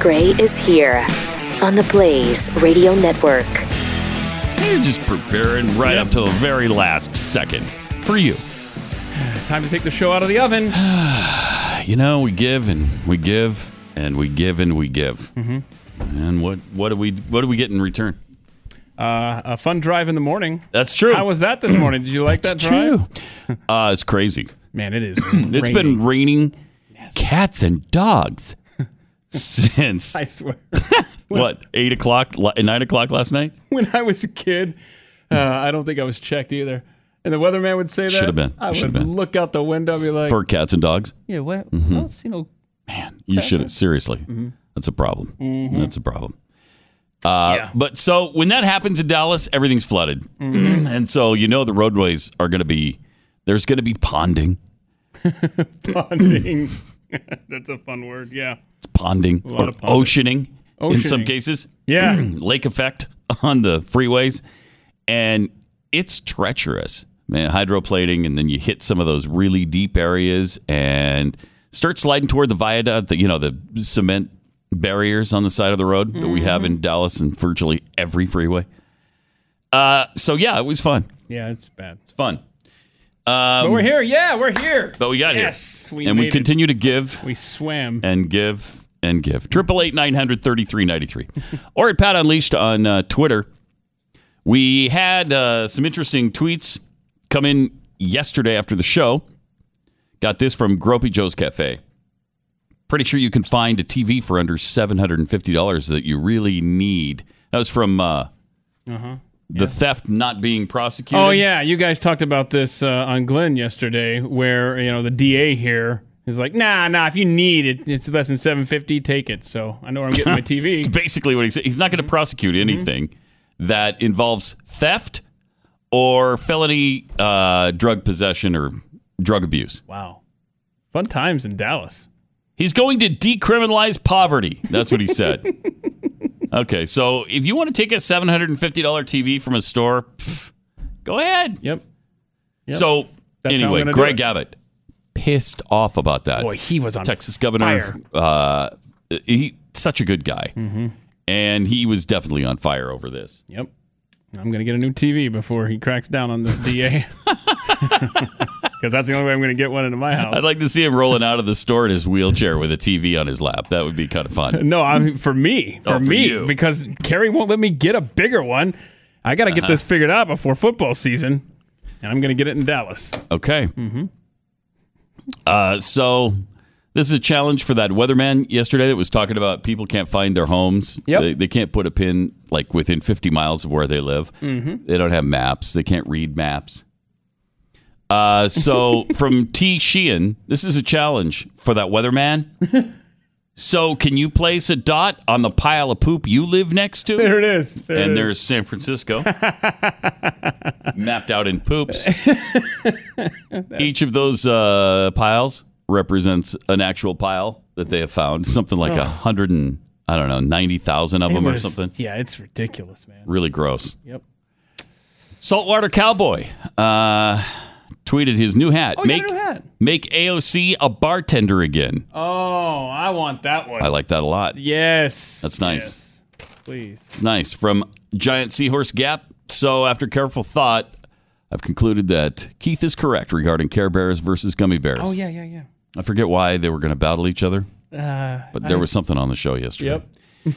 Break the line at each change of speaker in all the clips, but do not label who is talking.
Gray is here on the Blaze Radio Network.
You're just preparing right up to the very last second for you.
Time to take the show out of the oven. Uh,
You know, we give and we give and we give and we give.
Mm-hmm.
And what what do we what do we get in return?
Uh, a fun drive in the morning.
That's true.
How was that this morning? Did you like that drive?
True. Uh, it's crazy.
Man, it is.
It's been raining cats and dogs since
I swear.
what eight o'clock, li- nine o'clock last night.
when I was a kid, uh, I don't think I was checked either. And the weatherman would say that.
Should've been.
I would
Should've been.
look out the window and be like,
for Mm-hmm. cats and dogs.
yeah, what? Oh, I don't see no.
You should seriously. That's a problem. That's a problem. Uh, But so when that happens in Dallas, everything's flooded, and so you know the roadways are going to be there's going to be ponding.
Bonding. That's a fun word. Yeah.
It's ponding or
of ponding.
oceaning, in some
Oceaning.
cases.
Yeah.
lake effect on the freeways, and it's treacherous, man. Hydroplating, and then you hit some of those really deep areas and start sliding toward the viaduct, the, you know, the cement barriers on the side of the road that we have in Dallas and virtually every freeway. Uh, so yeah, it was fun. Uh,
Yeah, it's bad.
It's fun, Um,
but we're here. Yeah, we're here.
but we got
Yes,
here,
we
and we
made it.
continue to give
We swam.
and give and give. Triple eight nine hundred thirty three ninety three, or at Pat Unleashed on uh, Twitter. We had uh, some interesting tweets come in yesterday after the show. Got this from Gropey Joe's Cafe. Pretty sure you can find a TV for under seven hundred and fifty dollars that you really need. That was from uh,
Uh-huh.
the theft not being prosecuted.
Oh yeah, you guys talked about this uh, on Glenn yesterday, where you know the DA here is like, nah, nah. If you need it, it's less than seven fifty. Take it. So I know where I'm getting my Mm-hmm. TV.
It's basically what he said. He's not going to prosecute anything that involves theft or felony uh, drug possession or drug abuse.
Wow, fun times in Dallas.
He's going to decriminalize poverty. That's what he said. okay, so if you want to take a $750 TV from a store, pff, go ahead.
Yep. Yep.
So,
That's how I'm
anyway,
gonna do
Greg
it.
Abbott pissed off about that.
Boy, he was on
Texas governor. Uh, he such a good guy,
Mm-hmm.
and he was definitely on fire over this.
Yep. I'm gonna get a new TV before he cracks down on this DA. Because that's the only way I'm gonna get one into my house.
I'd like to see him rolling out of the store in his wheelchair with a TV on his lap. That would be kind of fun.
No, I mean, for me, for,
Oh, for
me,
you.
because Carrie won't let me get a bigger one. I got to
Uh-huh.
get this figured out before football season, and I'm going to get it in Dallas.
Okay. Mm-hmm. Uh, so this is a challenge for that weatherman yesterday that was talking about people can't find their homes.
Yep.
They, they can't put a pin like within 50 miles of where they live. Mm-hmm. They don't have maps. They can't read maps. Uh, so from T Sheehan, this is a challenge for that weatherman. so can you place a dot on the pile of poop you live next to?
There it is. There it
and
is.
there's San Francisco mapped out in poops. Each of those uh, piles represents an actual pile that they have found, something like a hundred and I don't know, ninety thousand of
It
them or
was-
something.
Yeah, it's ridiculous, man.
Really gross.
Yep.
Saltwater Cowboy uh, tweeted his new hat.
he got a
make
Oh, new hat.
make AOC a bartender again.
Oh, I want that one.
I like that a lot.
yes.
That's nice.
Yes. Please.
It's nice. From Giant Seahorse Gap. So, after careful thought, I've concluded that Keith is correct regarding Care Bears versus Gummy Bears.
Oh yeah, yeah, yeah.
I forget why they were going to battle each other,
Uh,
but there was something on the show yesterday.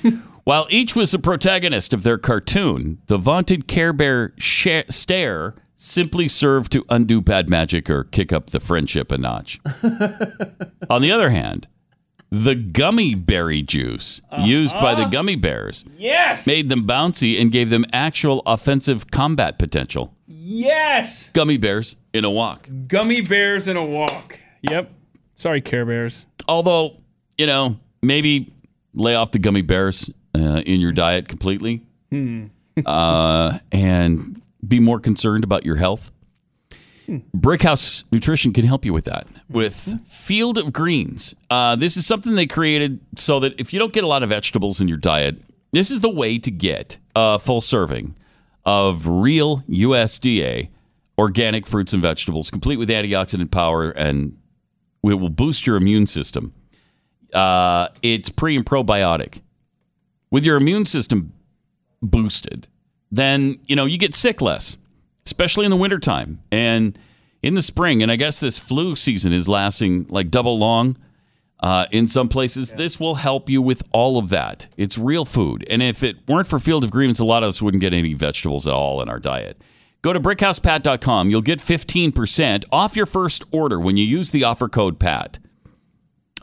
yep.
While each was the protagonist of their cartoon, the vaunted Care Bear sha stare simply served to undo bad magic or kick up the friendship a notch. On the other hand, the gummy berry juice used by the gummy bears
Uh-huh. Yes.
made them bouncy and gave them actual offensive combat potential.
yes.
Gummy bears in a walk.
Gummy bears in a walk. Yep. Sorry, Care Bears.
Although, you know, maybe lay off the gummy bears uh, in your diet completely
Hmm.
uh, and be more concerned about your health. Brickhouse Nutrition can help you with that with Field of Greens. Uh, this is something they created so that if you don't get a lot of vegetables in your diet, this is the way to get a full serving of real USDA organic fruits and vegetables, complete with antioxidant power, and it will boost your immune system. Uh, it's pre and probiotic. With your immune system boosted, then you know you get sick less, especially in the wintertime and in the spring. And I guess this flu season is lasting like double long uh, in some places. This will help you with all of that. It's real food. And if it weren't for Field of Greens, a lot of us wouldn't get any vegetables at all in our diet. Go to brickhousepat.com. You'll get 15% off your first order when you use the offer code PAT.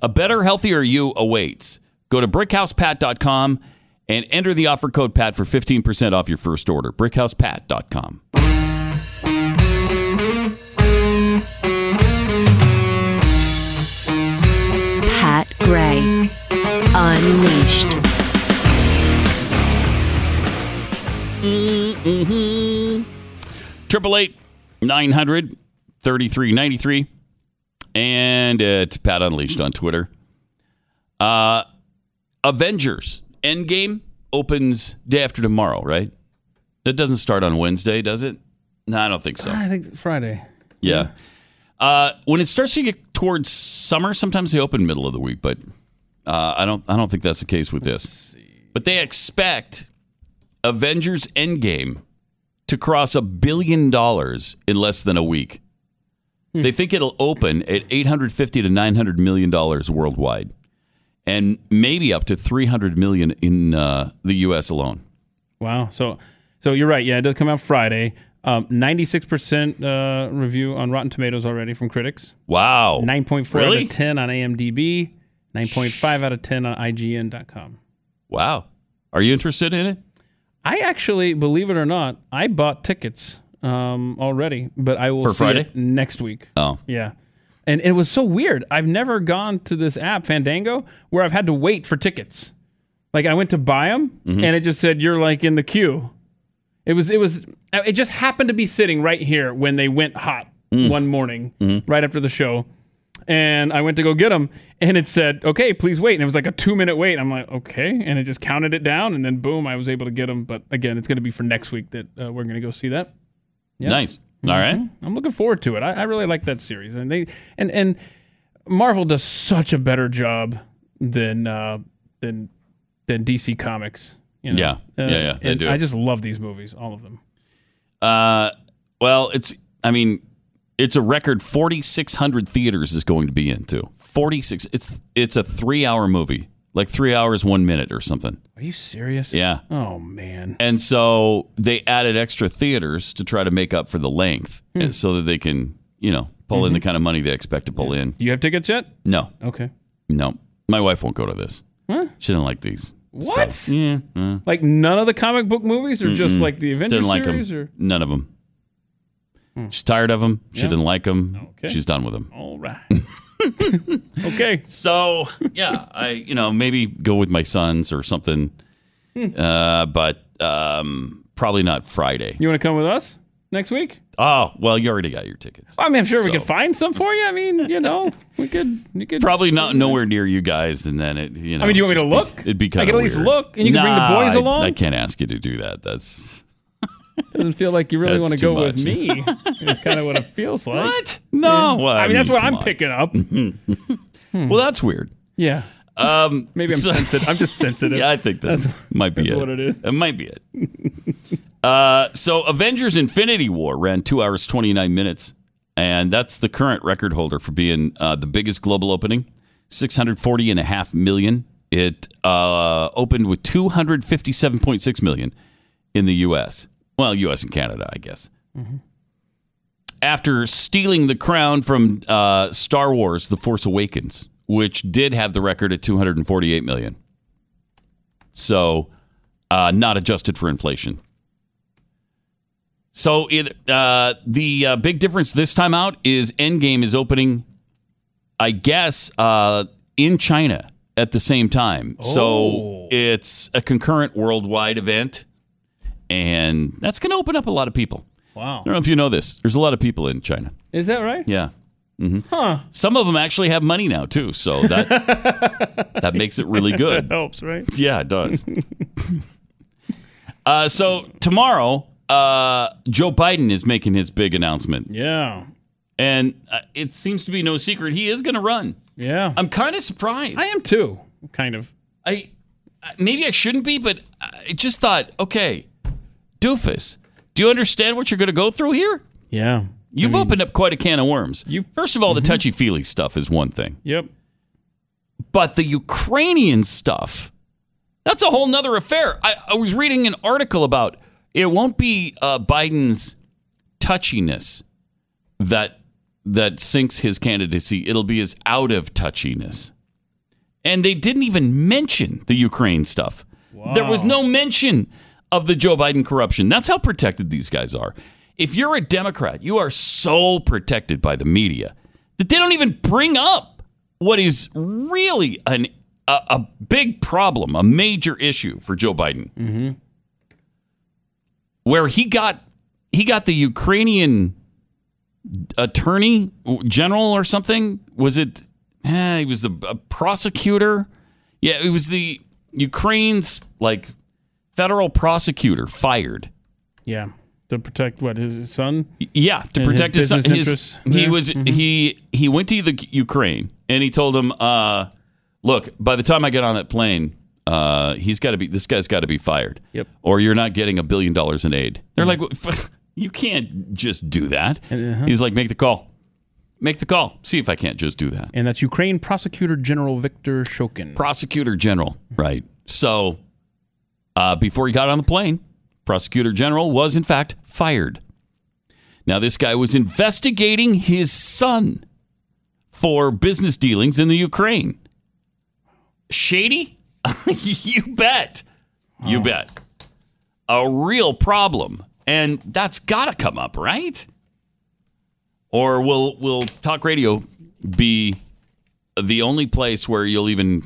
A better, healthier you awaits. Go to brickhousepat.com and enter the offer code PAT for 15% off your first order. brickhousepat.com.
Pat Gray. Unleashed.
Mm-hmm. Triple eight nine hundred thirty three ninety three, and at Pat Unleashed on Twitter. Uh, Avengers Endgame opens day after tomorrow, right? That doesn't start on Wednesday, does it? No, I don't think so.
Ah, I think Friday.
Yeah. Uh, when it starts to get towards summer, sometimes they open middle of the week, but uh, I don't. I don't think that's the case with this. But they expect Avengers Endgame to cross a billion dollars in less than a week. They think it'll open at 850 to 900 million dollars worldwide, and maybe up to 300 million in uh, the U.S. alone.
Wow. So, so you're right. Yeah, it does come out Friday. Um, 96% uh, review on Rotten Tomatoes already from critics.
Wow.
9.4 out
Really?
of 10 on AMDb. 9.5 out of 10 on IGN.com.
Wow. Are you interested in it?
I actually, believe it or not, I bought tickets um, already, but I will
For
see it
Friday?
next week.
Oh.
Yeah. And it was so weird. I've never gone to this app, Fandango, where I've had to wait for tickets. Like I went to buy them and it just said you're like in the queue. It was it was it just happened to be sitting right here when they went hot one morning right after the show. And I went to go get them and it said, "Okay, please wait." And it was like a 2-minute wait. I'm like, "Okay." And it just counted it down and then boom, I was able to get them, but again, it's going to be for next week that uh, we're going to go see that.
Nice. All right.
Mm-hmm. I'm looking forward to it. I, I really like that series, and they and and Marvel does such a better job than uh, than than DC Comics. you know? Uh,
Yeah. Yeah, yeah, they
and
do.
I just love these movies, all of them.
Uh, well, it's I mean, it's a record 4,600 theaters is going to be into 46. It's it's a three hour movie, like three hours one minute or something.
Are you serious?
Yeah,
Oh man.
and so they added extra theaters to try to make up for the length,
Hmm.
and so that they can you know pull
Mm-hmm.
in the kind of money they expect to pull in.
Do you have tickets yet?
No,
Okay.
no, my wife won't go to this. She didn't like these.
What? Like none of the comic book movies, or just like the Avengers
Didn't like
series,
them. None of them. She's tired of them. She didn't like them.
Okay.
She's done with them.
or all right. okay.
So yeah, I you know maybe go with my sons or something, uh, but um, probably not Friday.
You want to come with us next week?
Oh well, you already got your tickets.
I mean, I'm sure we
So-
could find some for you. I mean, you know, we could. You could
Probably not nowhere near you guys, and then it you know.
mean, do you want me
just
to
Be,
look?
it'd be
I
kind
can at least look, and you can bring the boys along?
I, can't ask you to do that. That's
doesn't feel like you really
That's
want to go
too much.
with me. it's kind of what it feels like.
No, well,
I, mean, that's what
come
I'm
on.
picking up.
Well, that's weird.
Yeah.
Um,
Maybe I'm
so-
sensitive. I'm just sensitive.
Yeah, I think that's, might be
that's
it.
what it is.
It might be it. uh, so, Avengers: Infinity War ran two hours twenty nine minutes, and that's the current record holder for being uh, the biggest global opening, six hundred forty and a half million. It uh, opened with two hundred fifty seven point six million in the U.S. Well, U.S. and Canada, I guess.
Mm-hmm.
After stealing the crown from uh, Star Wars: The Force Awakens, which did have the record at 248 million, so uh, not adjusted for inflation. So it, uh, the uh, big difference this time out is Endgame is opening, I guess, uh, in China at the same time. So it's a concurrent worldwide event, and that's going to open up a lot of people.
Wow.
I don't know if you know this. There's a lot of people in China.
Is that right?
Yeah. Mm-hmm. Huh. Some of them actually have money now too, so that that makes it really good.
Helps, right?
Yeah, it does. uh, so tomorrow, uh, Joe Biden is making his big announcement,
Yeah.
and uh, it seems to be no secret he is going to run.
Yeah.
I'm kind of surprised.
I am too, kind of.
I I- maybe I shouldn't be, but I just thought, okay, doofus, do you understand what you're going to go through here?
Yeah.
You've opened up quite a can of worms.
You- Mm-hmm.
First of all, the touchy feely stuff is one thing,
Yep.
but the Ukrainian stuff, that's a whole nother affair. I, I was reading an article about it won't be uh, Biden's touchiness that that sinks his candidacy. It'll be his out of touchiness. And they didn't even mention the Ukraine stuff. There was no mention of the Joe Biden corruption. That's how protected these guys are. If you're a Democrat, you are so protected by the media that they don't even bring up what is really an a, a big problem, a major issue for Joe Biden, where he got he got the Ukrainian attorney general or something. Was it? Eh, he was the a prosecutor. Yeah, it was the Ukraine's like federal prosecutor fired.
Yeah. To protect what his his son.
Yeah, to
And his
protect his, son-
business
his-
interests
He
there? Mm-hmm.
was he he went to the Ukraine and he told him, uh, "Look, by the time I get on that plane, uh, he's got to be this guy's got to be fired,
Yep. Mm-hmm.
or you're not getting a billion dollars in aid." They're like, "You can't just do that."
Uh-huh.
He's like, "Make the call, make the call, see if I can't just do that."
And that's Ukraine Prosecutor General Viktor Shokin.
Prosecutor General, right? So, uh, before he got on the plane, Prosecutor General was in fact fired. Now, this guy was investigating his son for business dealings in the Ukraine. Shady? you bet. You bet. A real problem. And that's got to come up, right? Or will will talk radio be the only place where you'll even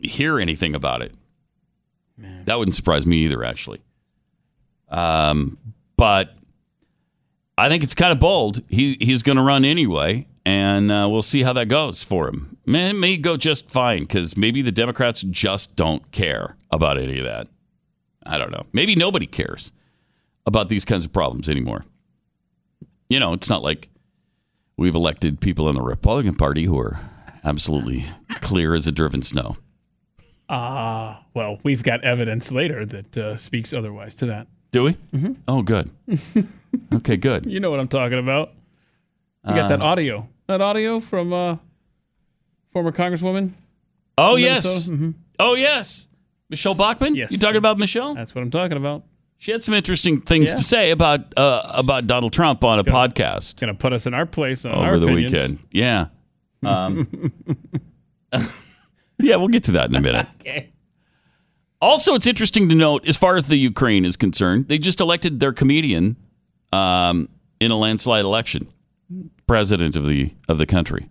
hear anything about it? That wouldn't surprise me either, actually. Um, but I think it's kind of bold. He he's going to run anyway, and uh, we'll see how that goes for him. Man, it may go just fine because maybe the Democrats just don't care about any of that. I don't know. Maybe nobody cares about these kinds of problems anymore. You know, it's not like we've elected people in the Republican Party who are absolutely clear as a driven snow.
Ah, Well, we've got evidence later that uh, speaks otherwise to that.
Do we? Mm-hmm. Oh, good. Okay, good. Uh,
You know what I'm talking about. You got that audio. That audio from uh, former Congresswoman.
Oh yes.
Minnesota?
Oh yes. Michelle Bachman.
Yes.
You talking about Michelle?
That's what I'm talking about.
She had some interesting things
Yeah.
to say about uh, about Donald Trump on a podcast
It's going to put us in our place on our
over the
opinions.
weekend. Yeah. Um, yeah, we'll get to that in a minute.
Okay.
Also, it's interesting to note as far as the Ukraine is concerned, they just elected their comedian um, in a landslide election, president of the of the country,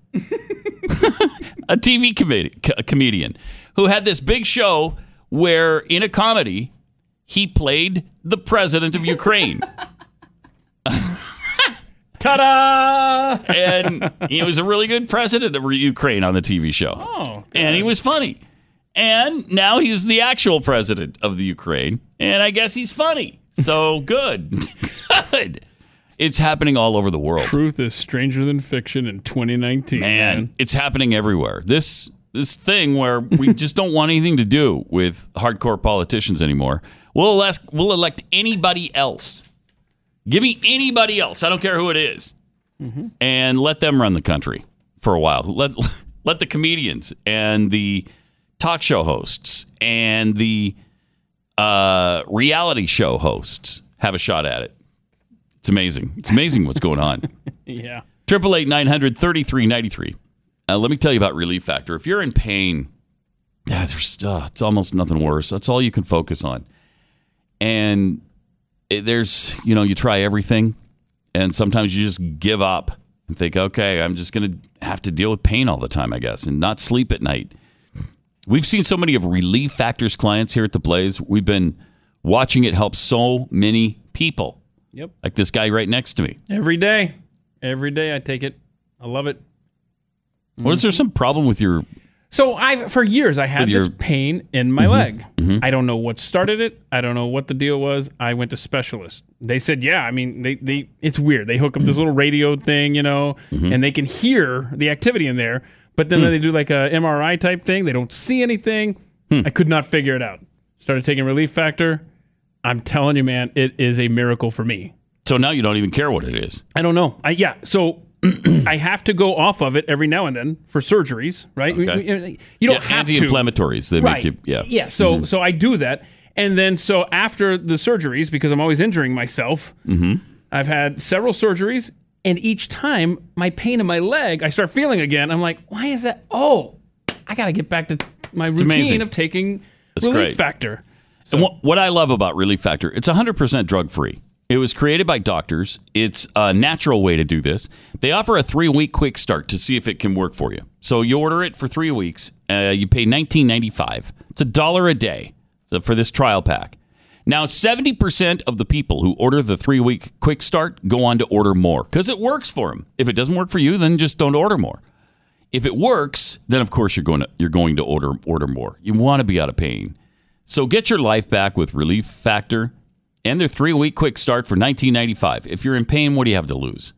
a TV comedi- co- comedian who had this big show where in a comedy he played the president of Ukraine.
Ta-da!
and he was a really good president of Ukraine on the TV show.
Oh,
and he was funny. And now he's the actual president of the Ukraine, and I guess he's funny. So good, good. It's happening all over the world,
truth is stranger than fiction in 2019.
and it's happening everywhere. This this thing where we just don't want anything to do with hardcore politicians anymore. We'll elect we'll elect anybody else. Give me anybody else. I don't care who it is. and let them run the country for a while. Let let the comedians and the talk show hosts and the uh, reality show hosts have a shot at it. It's amazing. It's amazing what's going on.
Yeah.
Triple eight nine hundred thirty three ninety three. Uh, Let me tell you about Relief Factor. If you're in pain, yeah, there's uh, it's almost nothing worse. That's all you can focus on. And it- there's you know you try everything, and sometimes you just give up and think, okay, I'm just gonna have to deal with pain all the time, I guess, and not sleep at night. We've seen so many of Relief Factor's clients here at the Blaze. We've been watching it help so many people.
Yep.
Like this guy right next to me.
Every day. Every day I take it. I love it.
What is there some problem with your
So I've for years I had
With your-
this
Mm-hmm.
pain in my leg. I don't know what started it. I don't know what the deal was. I went to specialists. They said, yeah, I mean, they,
Mm-hmm.
they it's weird. They hook up this little radio thing, you know, and they can hear the activity in there, But
Hmm.
then they do like a MRI type thing. They don't see anything.
Hmm.
I could not figure it out. Started taking Relief Factor. I'm telling you, man, it is a miracle for me.
So now you don't even care what it is.
I don't know. I yeah. So I have to go off of it every now and then for surgeries, right? We-
Okay.
we- you don't
Yeah,
have to.
anti-inflammatories. They
Right.
make you. Yeah. Mm-hmm.
Yeah. So so I do that, and then so after the surgeries, because I'm always injuring myself,
Mm-hmm.
I've had several surgeries, and each time my pain in my leg, I start feeling again. I'm like, why is that? Oh, I got to get back to my
amazing.
routine of taking
That's
relief
great.
factor.
And what, what I love about Relief Factor, it's 100% drug free. It was created by doctors. It's a natural way to do this. They offer a three week quick start to see if it can work for you. So you order it for three weeks. Uh, you pay $19.95. It's a dollar a day so for this trial pack. Now, 70% of the people who order the three week quick start go on to order more because it works for them. If it doesn't work for you, then just don't order more. If it works, then of course you're going to you're going to order order more. You want to be out of pain. So get your life back with Relief Factor and their three week quick start for $19.95. If you're in pain, what do you have to lose?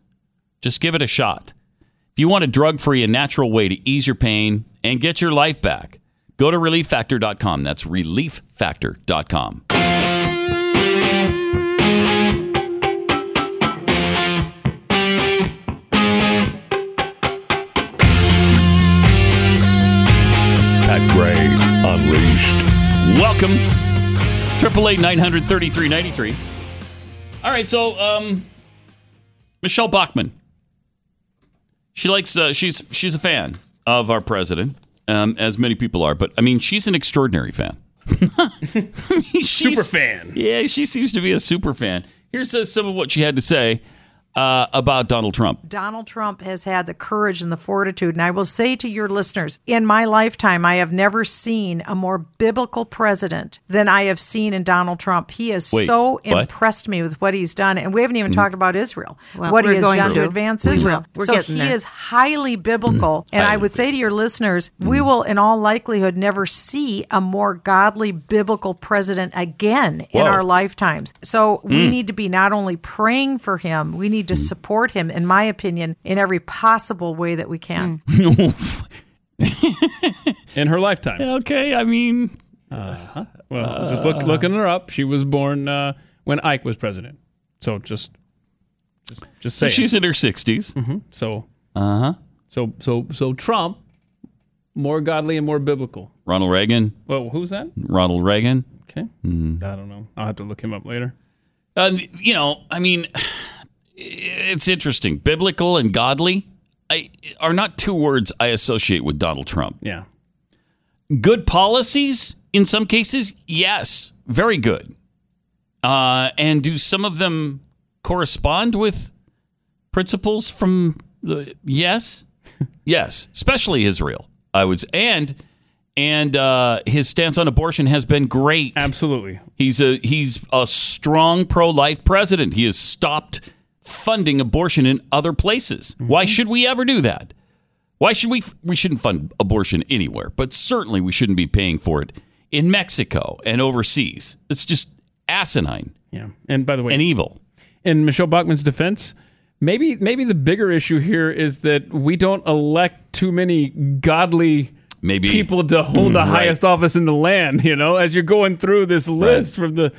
Just give it a shot. If you want a drug free and natural way to ease your pain and get your life back, go to relieffactor.com. That's relieffactor.com.
Pat Gray Unleashed.
Welcome. Triple eight nine hundred thirty three ninety three. All right, so um, Michelle Bachmann. She likes. Uh, she's she's a fan of our president, um, as many people are. But I mean, she's an extraordinary fan.
Super
She's-
fan.
Yeah, she seems to be a super fan. Here's uh, some of what she had to say uh, about Donald Trump.
Donald Trump has had the courage and the fortitude. And I will say to your listeners, in my lifetime, I have never seen a more biblical president than I have seen in Donald Trump. He has
Wait,
so
what? Mm-hmm.
impressed me with what he's done. And we haven't even talked about Israel,
Well,
what he
we're
has
going
done
to.
to advance
We will.
Israel.
We're
so
getting
he
there.
is highly biblical.
Mm-hmm.
and I would say to your listeners, we will, in all likelihood, never see a more godly biblical president again in
Whoa.
our lifetimes. So we need to be not only praying for him, we need to support him, in my opinion, in every possible way that we can.
In her lifetime. Uh-huh.
Okay, I mean,
Well, just
Uh.
look looking her up. She was born uh, when Ike was president. So just just, just say
she's in her Uh-huh. 60s
So uh huh. So so so Trump, more godly and more biblical.
Ronald Reagan.
Well, who's that?
Ronald Reagan. Mm-hmm.
Okay, I don't know. I'll have to look him up later.
Uh, you know, I mean, it's interesting. Biblical and godly I, are not two words I associate with Donald Trump.
Yeah,
Good policies, in some cases, yes, very good. Uh, and do some of them correspond with principles from the yes, yes, especially Israel. I was and and uh, his stance on abortion has been great.
absolutely.
He's a he's a strong pro-life president. He has stopped funding abortion in other places.
Mm-hmm.
Why should we ever do that? Why should we we shouldn't fund abortion anywhere, but certainly we shouldn't be paying for it in Mexico and overseas. It's just asinine
Yeah, and by the way,
and evil.
in Michelle Bachmann's defense, maybe maybe the bigger issue here is that we don't elect too many godly
Maybe Mm,
people to hold the
right.
highest office in the land. You know, as you're going through this list from the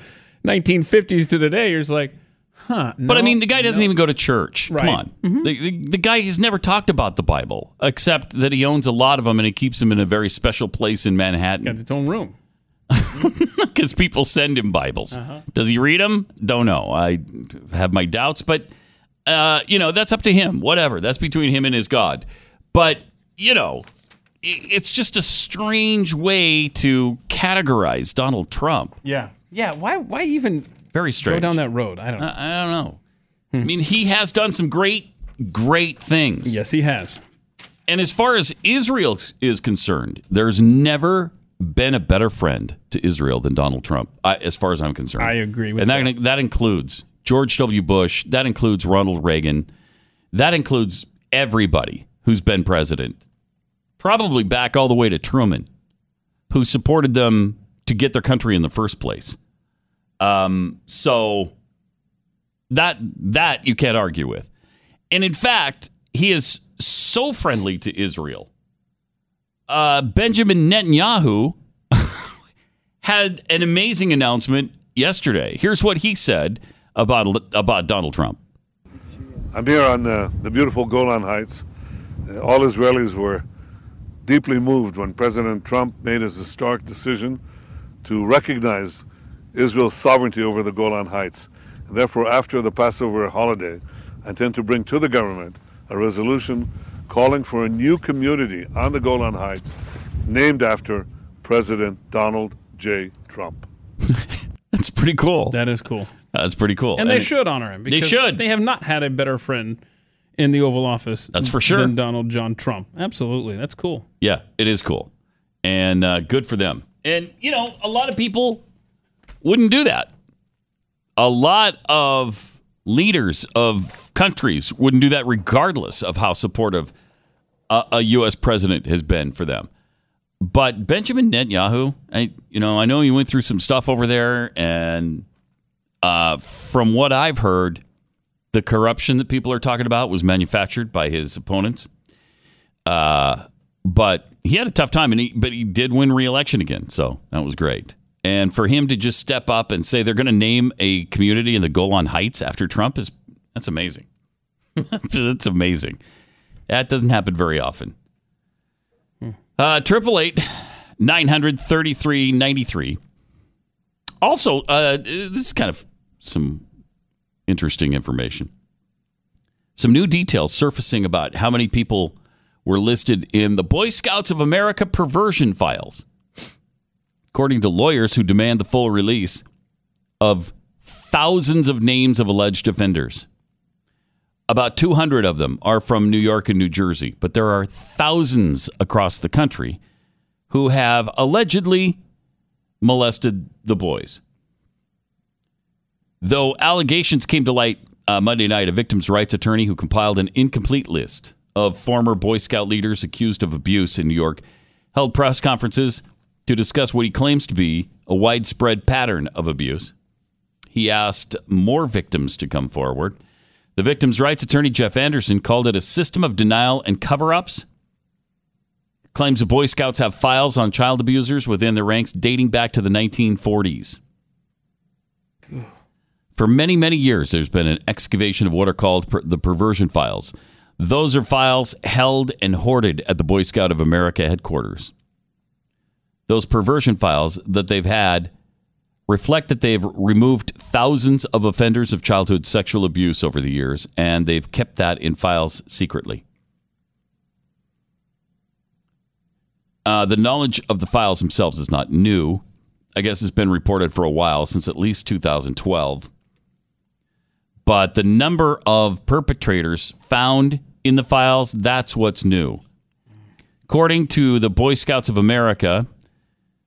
1950s to today, you're just like, huh?
But I mean, the guy doesn't even go to church.
Right. Mm-hmm.
Come on. The, the, the guy has never talked about the Bible, except that he owns a lot of them and it keeps him in a very special place in Manhattan.
its own room.
because people send him Bibles.
Uh-huh.
Does he read them? Don't know. I have my doubts, but uh, you know that's up to him. Whatever. That's between him and his God. But you know, i- it's just a strange way to categorize Donald Trump.
Yeah, yeah. Why why even
Very
go
strange.
down that road? I don't. know. Hmm.
I I don't know. I mean, he has done some great, great things.
Yes, he has.
And as far as Israel is concerned, there's never been a better friend to Israel than Donald Trump, I, as far as I'm concerned.
I agree with
and that. That includes George W. Bush. That includes Ronald Reagan. That includes everybody who's been president, probably back all the way to Truman, who supported them to get their country in the first place. Um, so that that you can't argue with. And in fact, he is so friendly to Israel uh, Benjamin Netanyahu had an amazing announcement yesterday. Here's what he said about about Donald Trump.
I'm here on uh, the beautiful Golan Heights. Uh, all Israelis were deeply moved when President Trump made his historic decision to recognize Israel's sovereignty over the Golan Heights. And therefore, after the Passover holiday, I intend to bring to the government a resolution calling for a new community on the Golan Heights named after President Donald J. Trump.
That's pretty cool.
That is cool.
That's pretty cool.
And they should honor him.
They
because
should.
They have not had a better friend in the Oval Office.
That's for sure.
Than Donald John Trump. Absolutely. That's cool.
Yeah, it is cool, and uh, good for them. And you know, a lot of people wouldn't do that. A lot of leaders of countries wouldn't do that, regardless of how supportive a, a U.S. president has been for them. But Benjamin Netanyahu, I you know, I know he went through some stuff over there, and uh, from what I've heard, the corruption that people are talking about was manufactured by his opponents. Uh, but he had a tough time, and he but he did win re-election again, so that was great. And for him to just step up and say they're going to name a community in the Golan Heights after Trump is that's amazing. that's amazing. That doesn't happen very often. Uh, Triple eight nine hundred thirty three ninety three. Also, uh, this is kind of some interesting information. Some new details surfacing about how many people were listed in the Boy Scouts of America perversion files, according to lawyers who demand the full release of thousands of names of alleged offenders. About 200 of them are from New York and New Jersey, but there are thousands across the country who have allegedly molested the boys. Though allegations came to light uh, Monday night, a victim's rights attorney who compiled an incomplete list of former Boy Scout leaders accused of abuse in New York held press conferences to discuss what he claims to be a widespread pattern of abuse. He asked more victims to come forward. The victim's rights attorney, Jeff Anderson, called it a system of denial and cover ups. Claims the Boy Scouts have files on child abusers within their ranks dating back to the 1940s. For many, many years, there's been an excavation of what are called per- the perversion files. Those are files held and hoarded at the Boy Scout of America headquarters. Those perversion files that they've had reflect that they've removed thousands of offenders of childhood sexual abuse over the years, and they've kept that in files secretly. Uh, the knowledge of the files themselves is not new. I guess it's been reported for a while, since at least 2012 but the number of perpetrators found in the files, that's what's new. According to the Boy Scouts of America,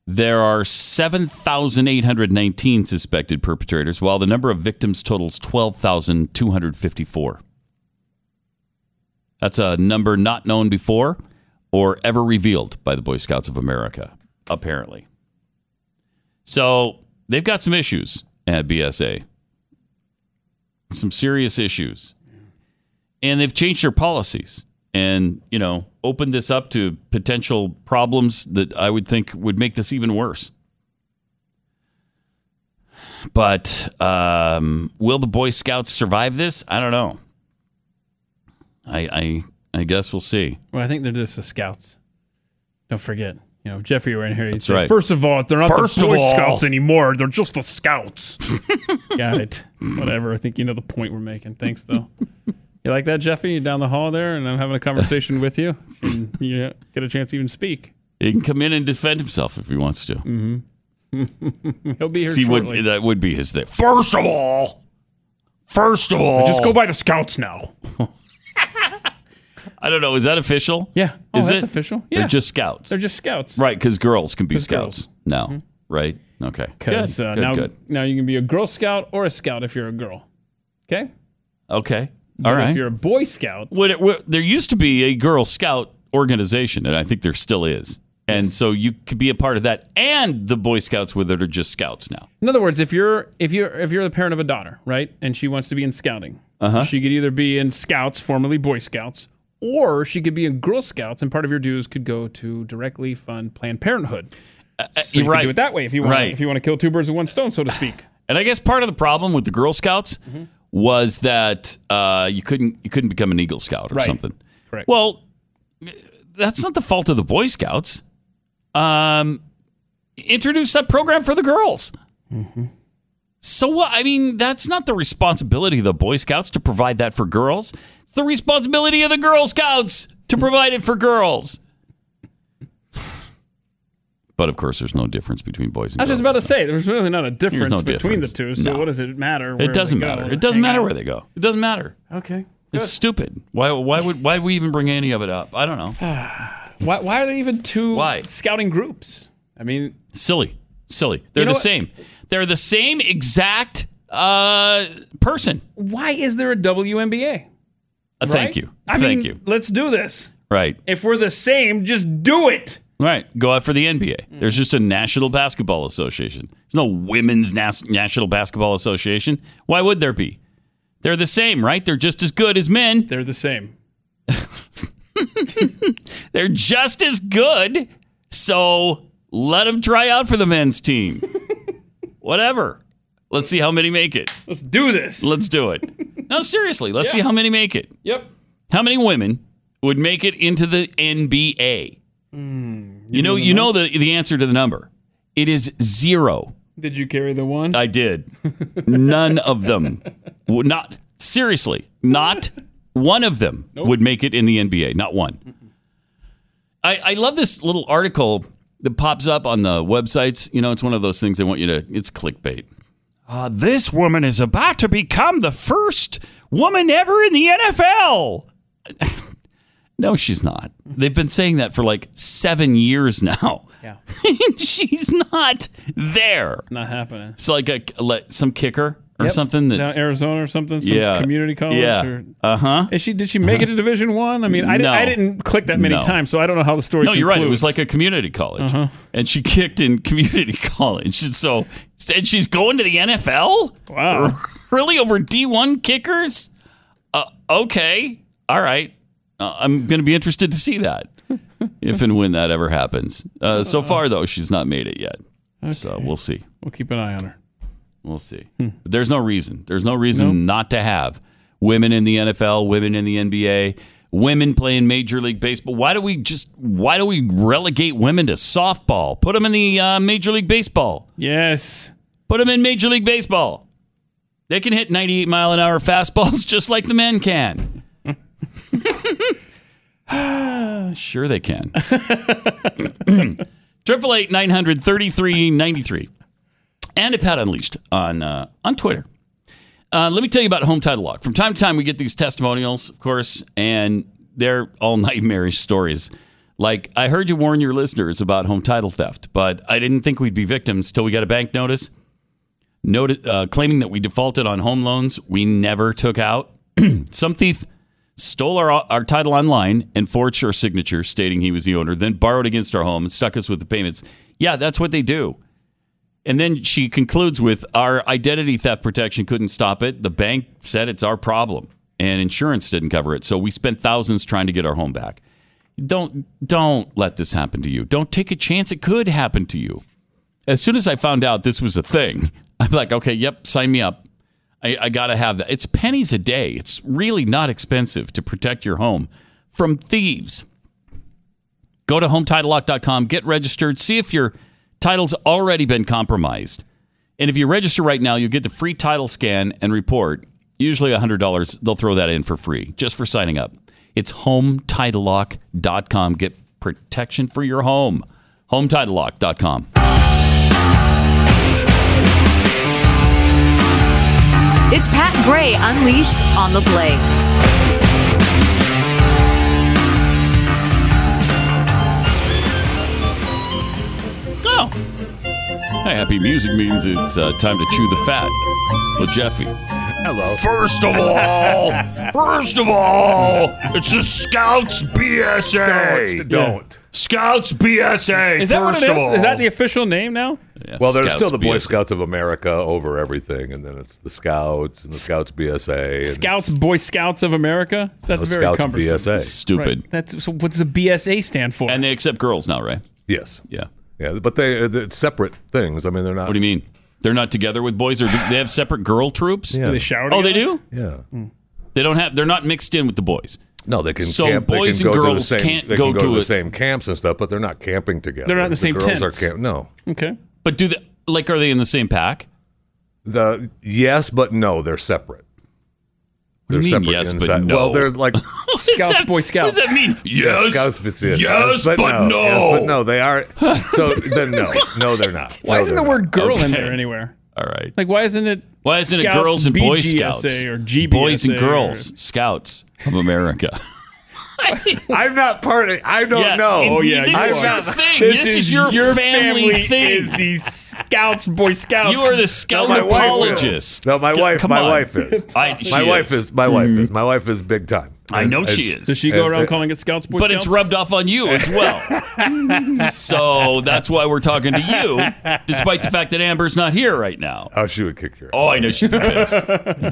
there are 7,819 suspected perpetrators, while the number of victims totals 12,254. That's a number not known before or ever revealed by the Boy Scouts of America, apparently. So they've got some issues at BSA some serious issues. And they've changed their policies and, you know, opened this up to potential problems that I would think would make this even worse. But um, will the Boy Scouts survive this? I don't know. I, I, I guess we'll see.
Well, I think they're just the scouts. Don't forget. You know, if Jeffrey were in here, he'd
That's
say,
right.
first of all, they're not
First
the
of
Boy
all."
Scouts anymore. They're just the Scouts. Got it. Whatever. I think you know the point we're making. Thanks, though. you like that, Jeffy? You're down the hall there, and I'm having a conversation with you. And you get a chance to even speak.
He can come in and defend himself if he wants to.
He'll Mm-hmm. be here
See what
shortly.
that would be his thing. First of all, first of all,
Just go by the Scouts now.
I don't know. Is that official?
Yeah. Oh,
Is
that's
it?
official.
They're
Yeah.
just scouts.
They're just Scouts.
Right, because girls can be
'Cause
scouts
girls.
now, right? Okay.
Because
Good,
uh,
good,
now,
good.
now you can be a Girl Scout or a Scout if you're a girl. Okay.
Okay. All
But
right.
If you're a Boy Scout,
What it- what- there used to be a Girl Scout organization, and I think there still is. And so you could be a part of that, and the Boy Scouts with it are just scouts now.
in other words, if you're if you're if you're the parent
Uh-huh.
of a daughter, right, and she wants to be in Scouting, she could either be in Scouts, formerly Boy Scouts, or she could be in Girl Scouts, and part of your dues could go to directly fund Planned Parenthood. So you
You're
could do it that way if you want.
Uh, Right.
If you want to kill two birds with one stone, so to speak.
And I guess part of the problem with the Girl Scouts
Mm-hmm.
was that uh, you couldn't you couldn't become an Eagle Scout or
Right.
something.
Correct.
Well, that's not the fault of the Boy Scouts. Um, introduce that program for the girls.
Mm-hmm.
So what? I mean, that's not the responsibility of the Boy Scouts to provide that for girls. It's the responsibility of the Girl Scouts to provide it for girls. But of course, there's no difference between boys and
I was
girls.
just about to say there's really not a difference
no
between
difference.
the two. So
No.
what does it matter? where
It
they
doesn't
go?
matter. It doesn't
Hang
matter
out.
where they go. It doesn't matter.
Okay.
It's stupid. Why? Why would? Why we even bring any of it up? I don't know.
Why, why are there even two
Why?
scouting groups? I mean,
Silly. Silly. They're
know
the
what?
same. They're the same exact uh, person.
why is there a WNBA? Right?
Uh, Thank you.
I
Thank
mean,
you.
Let's do this.
Right.
If we're the same, just do it.
Right. Go out for the NBA.
Mm.
There's just a National Basketball Association. There's no Women's Nas- National Basketball Association. Why would there be? They're the same, right? They're just as good as men.
They're the same.
They're just as good. So let them try out for the men's team. Whatever. Let's see how many make it.
Let's do this.
Let's do it. No, seriously, let's see how many make it.
yep.
How many women would make it into the NBA?
Hmm.
you know, you know the the answer to the number. It is zero.
Did you carry the one?
I did. None of them. would Not seriously. Not one of them would make it in the NBA. Not one. I, I love this little article that pops up on the websites. You know, it's one of those things they want you to. It's clickbait. Uh, this woman is about to become the first woman ever in the NFL. no, she's not. They've been saying that for like seven years now.
Mm-hmm. Yeah.
she's not there.
Not happening.
It's like a like some kicker or something that
Down in Arizona or something. Some
yeah
Community college.
yeah
Or,
uh huh.
is she? Did she make it to Division One? I? mean, I,
No.
didn't, I didn't click that many
No.
times, so I don't know how the story.
No, you're right. It was
concludes. Uh-huh.
like a community college, and she kicked in community college. And so and she's going to the NFL.
Wow.
really over D one kickers? Uh, okay, all right. Uh, I'm going to be interested to see that if and when that ever happens. Uh, so
Uh-huh.
far though, she's not made it yet. So we'll see.
We'll keep an eye on her.
We'll see. But there's no reason. There's no reason not to have women in the NFL, women in the NBA, women playing Major League Baseball. Why do we just? Why do we relegate women to softball? Put them in the uh, Major League Baseball.
Yes.
Put them in Major League Baseball. They can hit 98 mile an hour fastballs just like the men can. sure they can. Triple eight nine hundred thirty three ninety three, and at Pat Unleashed on uh, on Twitter. Uh, let me tell you about Home Title Lock. From time to time, we get these testimonials, of course, and they're all nightmarish stories. Like I heard you warn your listeners about home title theft, but I didn't think we'd be victims till we got a bank notice noti- uh, claiming that we defaulted on home loans we never took out. Some thief stole our, our title online and forged our signature stating he was the owner, then borrowed against our home and stuck us with the payments. Yeah, that's what they do. And then she concludes with our identity theft protection couldn't stop it. The bank said it's our problem and insurance didn't cover it. So we spent thousands trying to get our home back. Don't don't let this happen to you. Don't take a chance it could happen to you as soon as I found out this was a thing, I'm like, okay, yep, sign me up. I, I got to have that. It's pennies a day. It's really not expensive to protect your home from thieves. Go to hometitlelock.com, get registered, see if your title's already been compromised. And if you register right now, you'll get the free title scan and report. Usually $100, they'll throw that in for free just for signing up. It's hometitlelock.com. Get protection for your home. Hometitlelock.com.
It's Pat Gray unleashed on the Blaze.
Oh. Hey, happy music means it's uh, time to chew the fat with Jeffy.
Hello.
First of all, first of all, it's the Scouts BSA.
Don't. don't.
Scouts BSA.
Is that what
first
it is?
of all.
Is that the official name now?
Well, there's still the Boy
Boy
Scouts of America over everything, and then it's the Scouts and the Scouts BSA. And
Scouts, Boy Scouts of America. That's
the
very
Scouts
cumbersome.
BSA.
Right.
Stupid.
That's so what's the BSA stand for?
And they accept girls now, right?
Yes.
Yeah.
Yeah, but they they're separate things. I mean, they're not.
What do you mean? They're not together with boys, or do they have separate girl troops?
Yeah.
Do they shower.
Oh, they
together?
do.
Yeah.
They don't have. They're not mixed in with the boys.
No, they can.
So
camp,
boys
they can
and
go to the
girls
same,
can't
they
go
can go
to
to the
it.
same camps and stuff, but they're not camping together.
They're not in the same
girls
tents.
Are camp- no.
Okay.
But do they? Like, are they in the same pack?
The yes, but no, they're separate. They're
What do you mean,
separate
yes, but
inside.
no?
Well, they're like
What does
Scouts,
that-
Boy
What does
Scouts.
that mean? Yes,
Scouts specific.
Yes, but, no.
Yes, but no. They are. So then no, no, they're not.
Why
No,
isn't the
they're not.
word girl in
Okay.
there anywhere?
All right.
Like, why isn't it?
Why isn't it
Scouts
girls and Boy
BGSA
Scouts
or GBSA?
Boys and
or-
girls, Scouts of America.
I'm not part. Of, I don't know.
and
Oh, yeah,
This
you
is
are.
your thing. This, is, your, family, thing.
Is the Scouts Boy Scouts?
you are the
No, my wife will.
scoutologist.
No, my
G-
wife.
come
My
on.
wife is.
I- she
my wife
is. Mm-hmm.
is. My wife is. My wife is big time.
I
And
know she
it's-
is.
Does she go around calling it Scouts Boy
but
Scouts?
it's rubbed off on you as well. so that's why we're talking to you, despite the fact that Amber's not here right now.
Oh, she would kick your.
Oh, I know she'd be pissed. She'd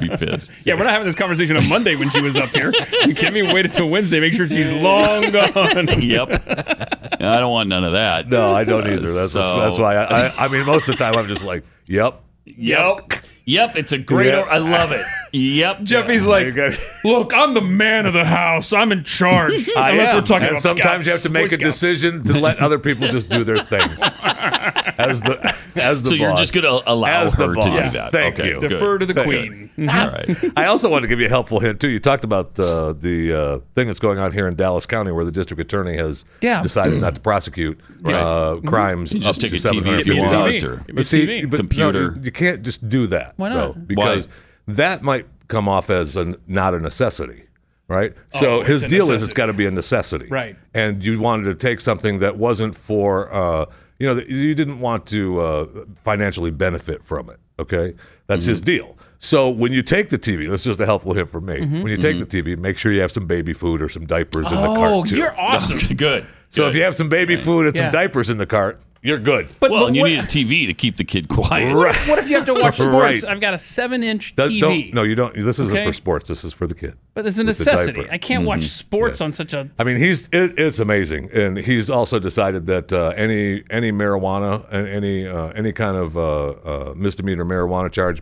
be pissed.
Yeah, we're not having this conversation on Monday when she was up here. You can't even wait until Wednesday. Make sure she's long gone.
Yep. I don't want none of that.
No, I don't either. That's
So-
that's why. I, I I mean, most of the time I'm just like, yep.
Yep. Yep. It's a great.
Yeah.
or- I love it. Yep.
Jeffy's
You
like,
guys-
look, I'm the man of the house. I'm in charge.
I
Unless
am.
we're talking
and
about
sometimes
Scouts,
you have to make
Boy
a
Scouts.
decision to let other people just do their thing. as the as the
so you're
boss.
just going to allow
As the
her to do
boss.
that.
Thank
okay,
you.
good.
Defer to the
Good.
queen.
All right.
I also want to give you a helpful hint too. You talked about uh, the uh, thing that's going on here in Dallas County, where the district attorney has
Yeah. Mm-hmm.
decided not to prosecute uh, crimes.
You just
up
take
to
a TV if
700
Give
you
me a
want.
TV.
Or,
Give me a
But see,
TV.
but no,
Computer.
you- you can't just do that.
Why not?
though, because that might come off as a, not a necessity, right?
Oh,
so
it's
his
a
deal is it's
necessity.
got to be a necessity,
Right.
And you wanted to take something that wasn't for, uh, you know, that you didn't want to uh, financially benefit from it. Okay, that's his
Mm-hmm.
deal. So when you take the TV, that's just a helpful hint for me. When you
Mm-hmm.
take the TV, make sure you have some baby food or some diapers in the
Oh,
cart too.
you're awesome.
good.
so if you have some baby food and
Yeah.
some diapers in the cart, you're good.
But,
well,
but
and you
what,
need a TV to keep the kid quiet.
Right.
what if you have to watch sports?
Right.
I've got a seven-inch
That-
TV.
Don't, no, you don't. This isn't
Okay.
for sports. This is for the kid.
But it's a
With the
necessity.
diaper.
I can't
Mm-hmm.
watch sports on such a.
I mean, he's it, it's amazing, and he's also decided that uh, any any marijuana and any uh, any kind of uh, uh, misdemeanor marijuana charge,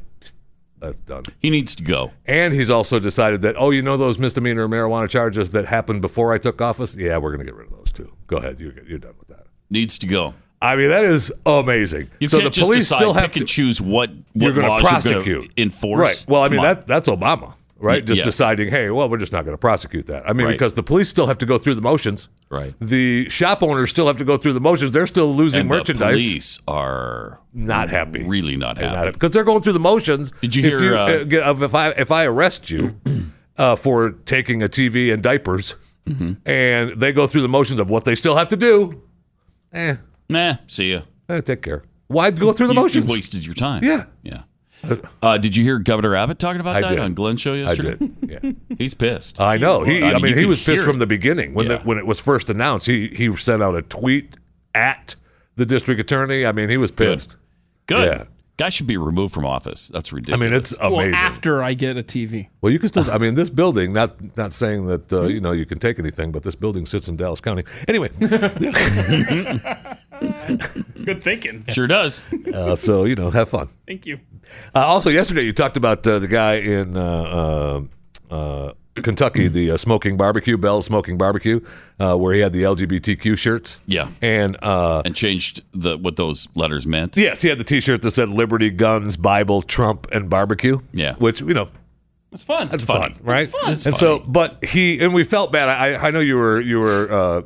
that's done.
He needs to go.
And he's also decided that oh, you know those misdemeanor marijuana charges that happened before I took office. Yeah, we're gonna get rid of those too. Go ahead, you're you're done with that.
Needs to go.
I mean, that is amazing.
You
so
can't
the
just
police
decide,
still
pick
have to
and choose what,
you're
what
going
laws
to
you're going
prosecute,
to enforce.
Right. Well, I mean
Come on.
that that's Obama, right?
Y-
Just
yes.
deciding, hey, well, we're just not going to prosecute that. I mean,
Right.
because the police still have to go through the motions.
Right.
The shop owners still have to go through the motions. They're still losing
and
merchandise.
The police are
Not happy.
Really not happy.
because they're going through the motions.
Did you
If
hear, uh,
uh, get- of if I if I arrest you uh, for taking a TV and diapers,
Mm-hmm.
and they go through the motions of what they still have to do? Eh,
Nah. See ya.
eh, take care. Why go through the
You-
motions?
You wasted your time.
Yeah.
Yeah. Uh, did you hear Governor Abbott talking about
I
that
did.
on Glenn's show
I
yesterday?
did. Yeah.
He's pissed.
I know. He,
I
I
mean,
mean,
you
he
could
was
hear
pissed from
it.
the beginning when the,
Yeah.
when it was first announced. He he sent out a tweet at the district attorney. I mean, he was pissed.
Good.
Yeah.
Guy should be removed from office. That's
I
ridiculous.
mean, it's
Well,
amazing. Well,
after I get a TV.
you can still. I mean, this building. Not not saying that uh, you know you can take anything, but this building sits in Dallas County. Anyway,
Good thinking.
sure does.
uh, so you know, have fun.
Thank you.
Uh, also, yesterday you talked about uh, the guy in uh, uh, uh, Kentucky, the uh, smoking barbecue, Bell's smoking barbecue, uh, where he had the LGBTQ shirts.
Yeah.
and uh,
and changed the what those letters meant.
Yes, he had the T-shirt that said "Liberty, Guns, Bible, Trump, and Barbecue."
Yeah.
which you know
It's fun.
that's fun, right?
It's fun. It's
and so, but he and we felt bad. I I know you were you were uh,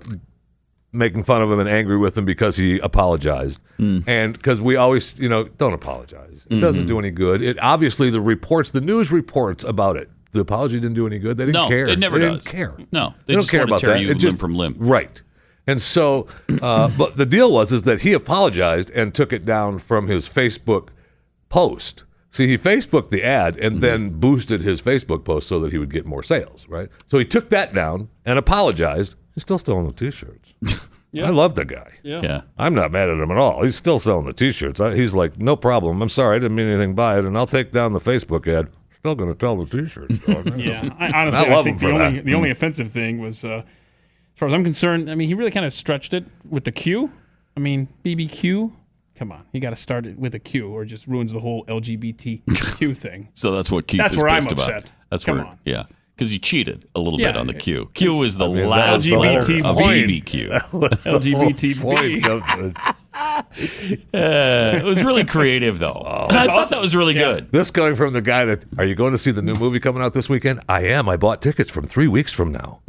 making fun of him and angry with him because he apologized,
Mm.
and because we always you know don't apologize. It
Mm-hmm.
doesn't do any good. It obviously the reports, the news reports about it. The apology didn't do any good. They didn't
No,
care.
it never
they
does.
Didn't care.
No,
they,
they
don't
just
care
wanna
about
tear
that.
you
It
limb
just-
from limb.
Right. And so, uh, but the deal was is that he apologized and took it down from his Facebook post. See, he Facebooked the ad
Mm-hmm.
and then boosted his Facebook post so that he would get more sales, right? So he took that down and apologized. He's still selling the T-shirts. I love the guy.
Yeah.
I'm not mad at him at all. He's still selling the T-shirts. I, he's like, no problem. I'm sorry, I didn't mean anything by it, and I'll take down the Facebook ad. Still going to tell the T-shirts. dog.
Yeah, I, honestly,
I
I,
love
think
him
the
for
only
that.
the only offensive thing was, uh, as far as I'm concerned, I mean, he really kind of stretched it with the Q. I mean, BBQ. Come on, you got to start it with a Q, or it just ruins the whole LGBTQ thing.
So that's what Keith
That's
is
where I'm
pissed about.
upset.
That's
Come
where,
on.
yeah, because you cheated a little bit
Yeah.
on the Q. Q is the
mean, that was
last
the
letter
LGBT
of E
point.
BBQ.
LGBT
Point of the-
Uh, it was really creative though. I thought that was really good.
Oh. this coming from the guy that are you going to see the new movie coming out this weekend? I am. I bought tickets from three weeks from now.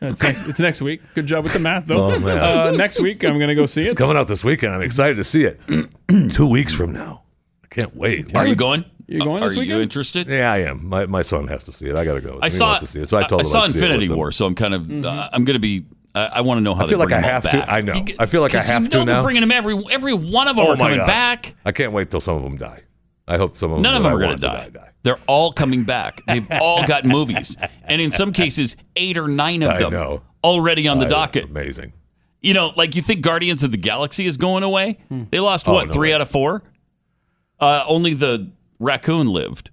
It's next, it's next week. Good job with the math, though.
Oh, man.
Uh, next week, I'm gonna go see it.
It's coming out this weekend. I'm excited to see it. Two weeks from now. I can't wait.
Are you going?
You going
Are
this
you
weekend?
interested?
Yeah, I am. My, my son has to see it. I gotta go.
I
he
saw.
wants to see it, so I told
I
him
saw
I'd see it with
Infinity
him.
War, so I'm kind of.
Mm-hmm.
Uh, I'm gonna be. I, I want to know how
I feel
they
like
bring
I
them all
have to.
back.
I know.
You get-
I feel like I
'cause you
have to
know They're
now.
bringing them every every one of them
Oh
are
my
coming
God.
back.
I can't wait till some of them die. I hope some of them.
None of
that
them are
I
going
want
to die.
die.
They're all coming back. They've all got movies, and in some cases, eight or nine of
I
them
know.
already on the
I-
docket.
Amazing.
You know, like you think Guardians of the Galaxy is going away? They lost what
Hmm. Oh, no
three
way.
out of four. Uh, only the raccoon lived.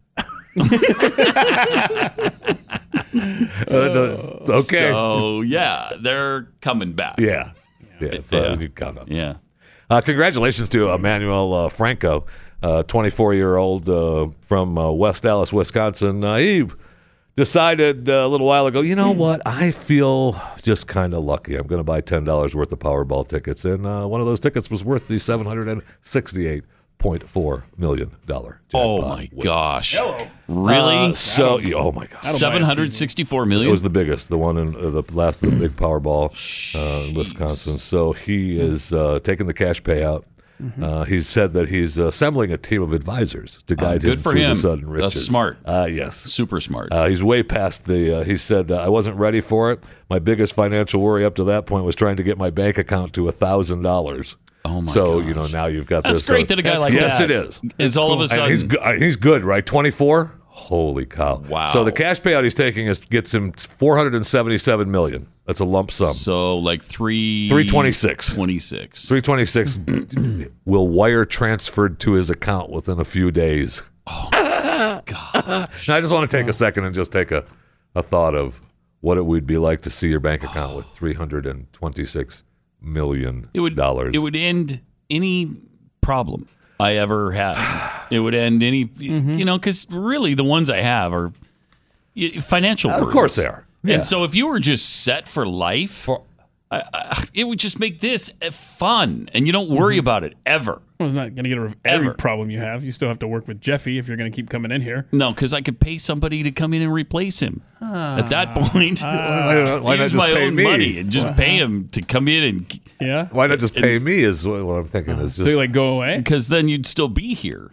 Uh, the- okay.
So yeah, they're coming back.
yeah. Yeah. So
Yeah.
we need to count on that.
yeah.
Uh, congratulations to Emmanuel uh, Franco, 24 year old uh, from uh, West Dallas, Wisconsin. Uh, he decided uh, a little while ago, you know what? I feel just kind of lucky. I'm going to buy $10 worth of Powerball tickets. And uh, one of those tickets was worth the $768.4 million. jackpot.
Oh my gosh! Really?
Uh, so, oh my God.
Seven hundred sixty-four million.
It was the biggest, the one in uh, the last of the big Powerball uh, in Wisconsin. So he is uh, taking the cash payout.
Mm-hmm.
Uh, he's said that he's assembling a team of advisors to guide
Uh, good
him
for
through
him.
the sudden riches.
That's smart.
Uh, yes.
Super smart.
Uh, he's way past the. Uh, he said, uh, "I wasn't ready for it. My biggest financial worry up to that point was trying to get my bank account to a thousand dollars. Oh
my
So
gosh.
you know now you've got
That's
this. uh,
great that a guy like
yes,
that
it is.
is all of a
And
sudden.
he's go- uh, he's good, right? Twenty four. Holy cow!
Wow.
So the cash payout he's taking is gets him four hundred and seventy seven million. That's a lump sum.
so like three
326.
Twenty-six.
Three twenty six will wire transferred to his account within a few days. Oh god! now I just want to take a second and just take a, a thought of what it would be like to see your bank account with three hundred and twenty six million
It would
dollars.
It would end any problem I ever had. it would end any.
Mm-hmm.
You know, because really the ones I have are y- financial.
of
worries.
course they are. Yeah.
And so if you were just set for life,
For-
I, I, it would just make this uh, fun, and you don't worry
Mm-hmm.
about it ever.
Well, it's not gonna get rid of every
Ever.
problem you have. You still have to work with Jeffy if you're gonna keep coming in here.
No, because I could pay somebody to come in and replace him. At that
Ah.
point,
why not, why not
use
just
my
pay
own
me?
money and just pay him to come in and
Yeah,
Why not just pay me? Is what what I'm thinking. Is just
they like go away.
because then you'd still be here.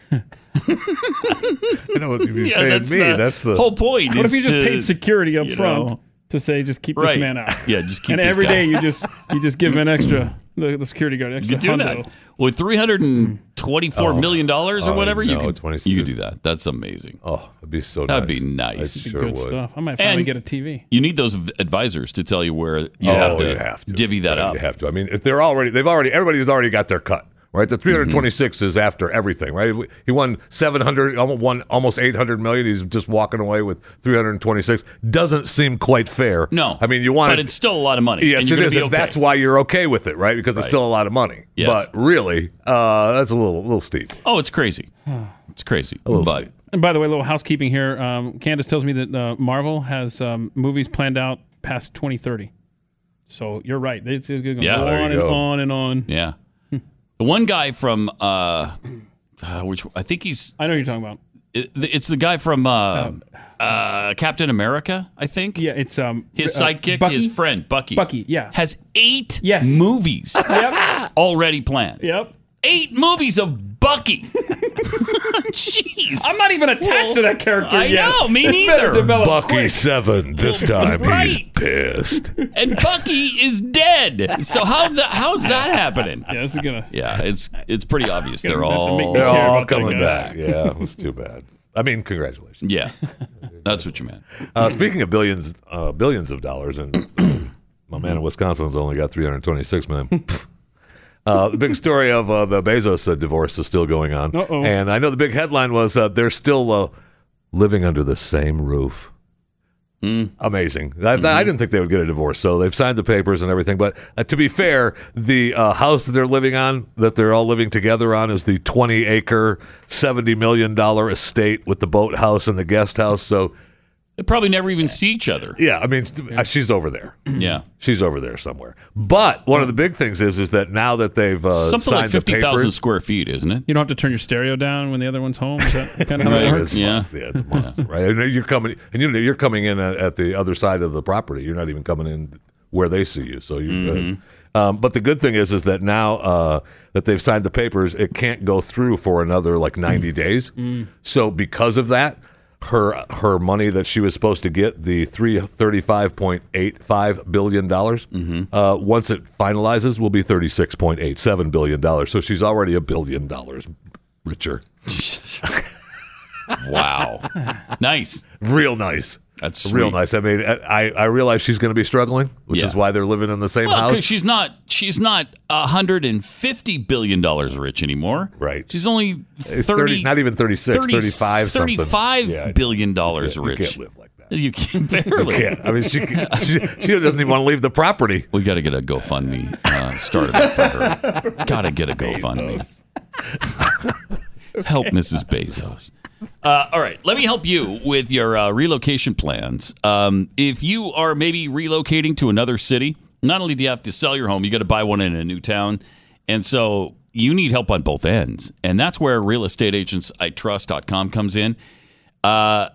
you know if you
Yeah,
pay
that's,
me,
the
that's the
whole point.
What if
is
you just
to-
paid security up
you
front
know.
to say just keep
Right.
this man out?
Yeah, just keep
And
this
every
guy.
day you just you just give him an extra the, the security guard extra
You do
hundo.
that with three hundred and twenty-four million dollars or
Oh,
whatever. you
no,
could
26.
you could do that. That's amazing.
Oh, it'd be so.
That'd
nice.
be nice.
I
It'd be
sure
Good
would.
stuff. I might finally
And-
get a TV.
You need those v- advisors to tell you where you,
Oh,
have, to
you have to
divvy that
Yeah,
up.
You have to. I mean, if they're already, they've already, everybody's already got their cut, right? The
Mm-hmm.
326 is after everything, right? He won 700, almo- won almost 800 million. He's just walking away with 326. Doesn't seem quite fair.
No,
I mean, you want
but it's still a lot of money.
Yes,
and you're
it
gonna
is.
Be
and
okay.
That's why you're okay with it, right? Because it's still a lot of money.
Yes.
But really, uh, that's a little, little steep.
Oh, it's crazy. It's crazy.
little
But
steep.
And by the way, a little housekeeping here. Um, Candace tells me that uh, Marvel has um, movies planned out past 2030. So you're right. It's, it's going to go
Yeah, there
on
you
and
go.
on and on.
yeah, the one guy from uh, uh, which I think he's
I know what you're talking about. Oh.
it- it's the guy from uh, uh, Captain America. I think.
Yeah, it's um
His
uh,
sidekick,
Bucky?
his friend Bucky.
Bucky, yeah.
has eight
Yes.
movies
Yep.
already planned.
yep.
eight movies of Bucky. Jeez.
I'm not even attached to that character
I
yet.
know, me
This better
neither.
develop
Bucky
quick.
Seven. This time he's
Right.
pissed.
And Bucky is dead. So how the, how's that happening?
Yeah, this is gonna.
Yeah, it's it's pretty obvious they're
Gonna have to make
all
me
They're
care
all
about that
coming
guy.
back. Yeah, it was too bad. I mean, congratulations.
Yeah. That's what you meant.
Uh, speaking of billions, uh, billions of dollars, and my man in Wisconsin's only got 326 million. Pfft. Uh, the big story of uh, the Bezos uh, divorce is still going on,
Uh-oh.
and I know the big headline was uh, they're still uh, living under the same roof.
Hmm.
Amazing! I,
Mm-hmm.
I didn't think they would get a divorce, so they've signed the papers and everything. But uh, to be fair, the uh, house that they're living on, that they're all living together on, is the 20-acre, 70 million dollar estate with the boathouse and the guest house. So
They probably never even see each other.
yeah, I mean, uh, she's over there.
Yeah.
She's over there somewhere. But one of the big things is, is that now that they've uh,
Something
signed
like
the
50,000
papers-
square feet, isn't it?
You don't have to turn your stereo down when the other one's home. Is that kind of how
Right.
that
Yeah,
works?
it's a
Yeah.
month. yeah, it's a month, right? And you're coming, and you know, you're coming in at, at the other side of the property. You're not even coming in where they see you. So you, uh, um, but the good thing is, is that now uh, that they've signed the papers, it can't go through for another like 90 days. So because of that, her her money that she was supposed to get the three thirty five point eight five billion dollars. Uh, once it finalizes, will be thirty six point eight seven billion dollars. So she's already a billion dollars richer.
Wow. nice.
Real nice.
That's
real
sweet.
nice. I mean, I I realize she's going to be struggling, which
Yeah.
is why they're living in the same
Well,
house.
because she's not she's not 150 billion dollars rich anymore.
Right.
She's only 30,
30 not even 36, 35 something.
35
Yeah, I-
billion dollars
You
rich.
can't live like that.
You can barely.
Yeah, I mean, she, she she doesn't even want to leave the property.
We got to get a GoFundMe uh, started up for her. got to get a GoFundMe. help Mrs. Bezos. Uh, all right, let me help you with your uh, relocation plans. Um, if you are maybe relocating to another city, not only do you have to sell your home, you got to buy one in a new town, and so you need help on both ends. And that's where realestateagentsitrust.com comes in. Uh,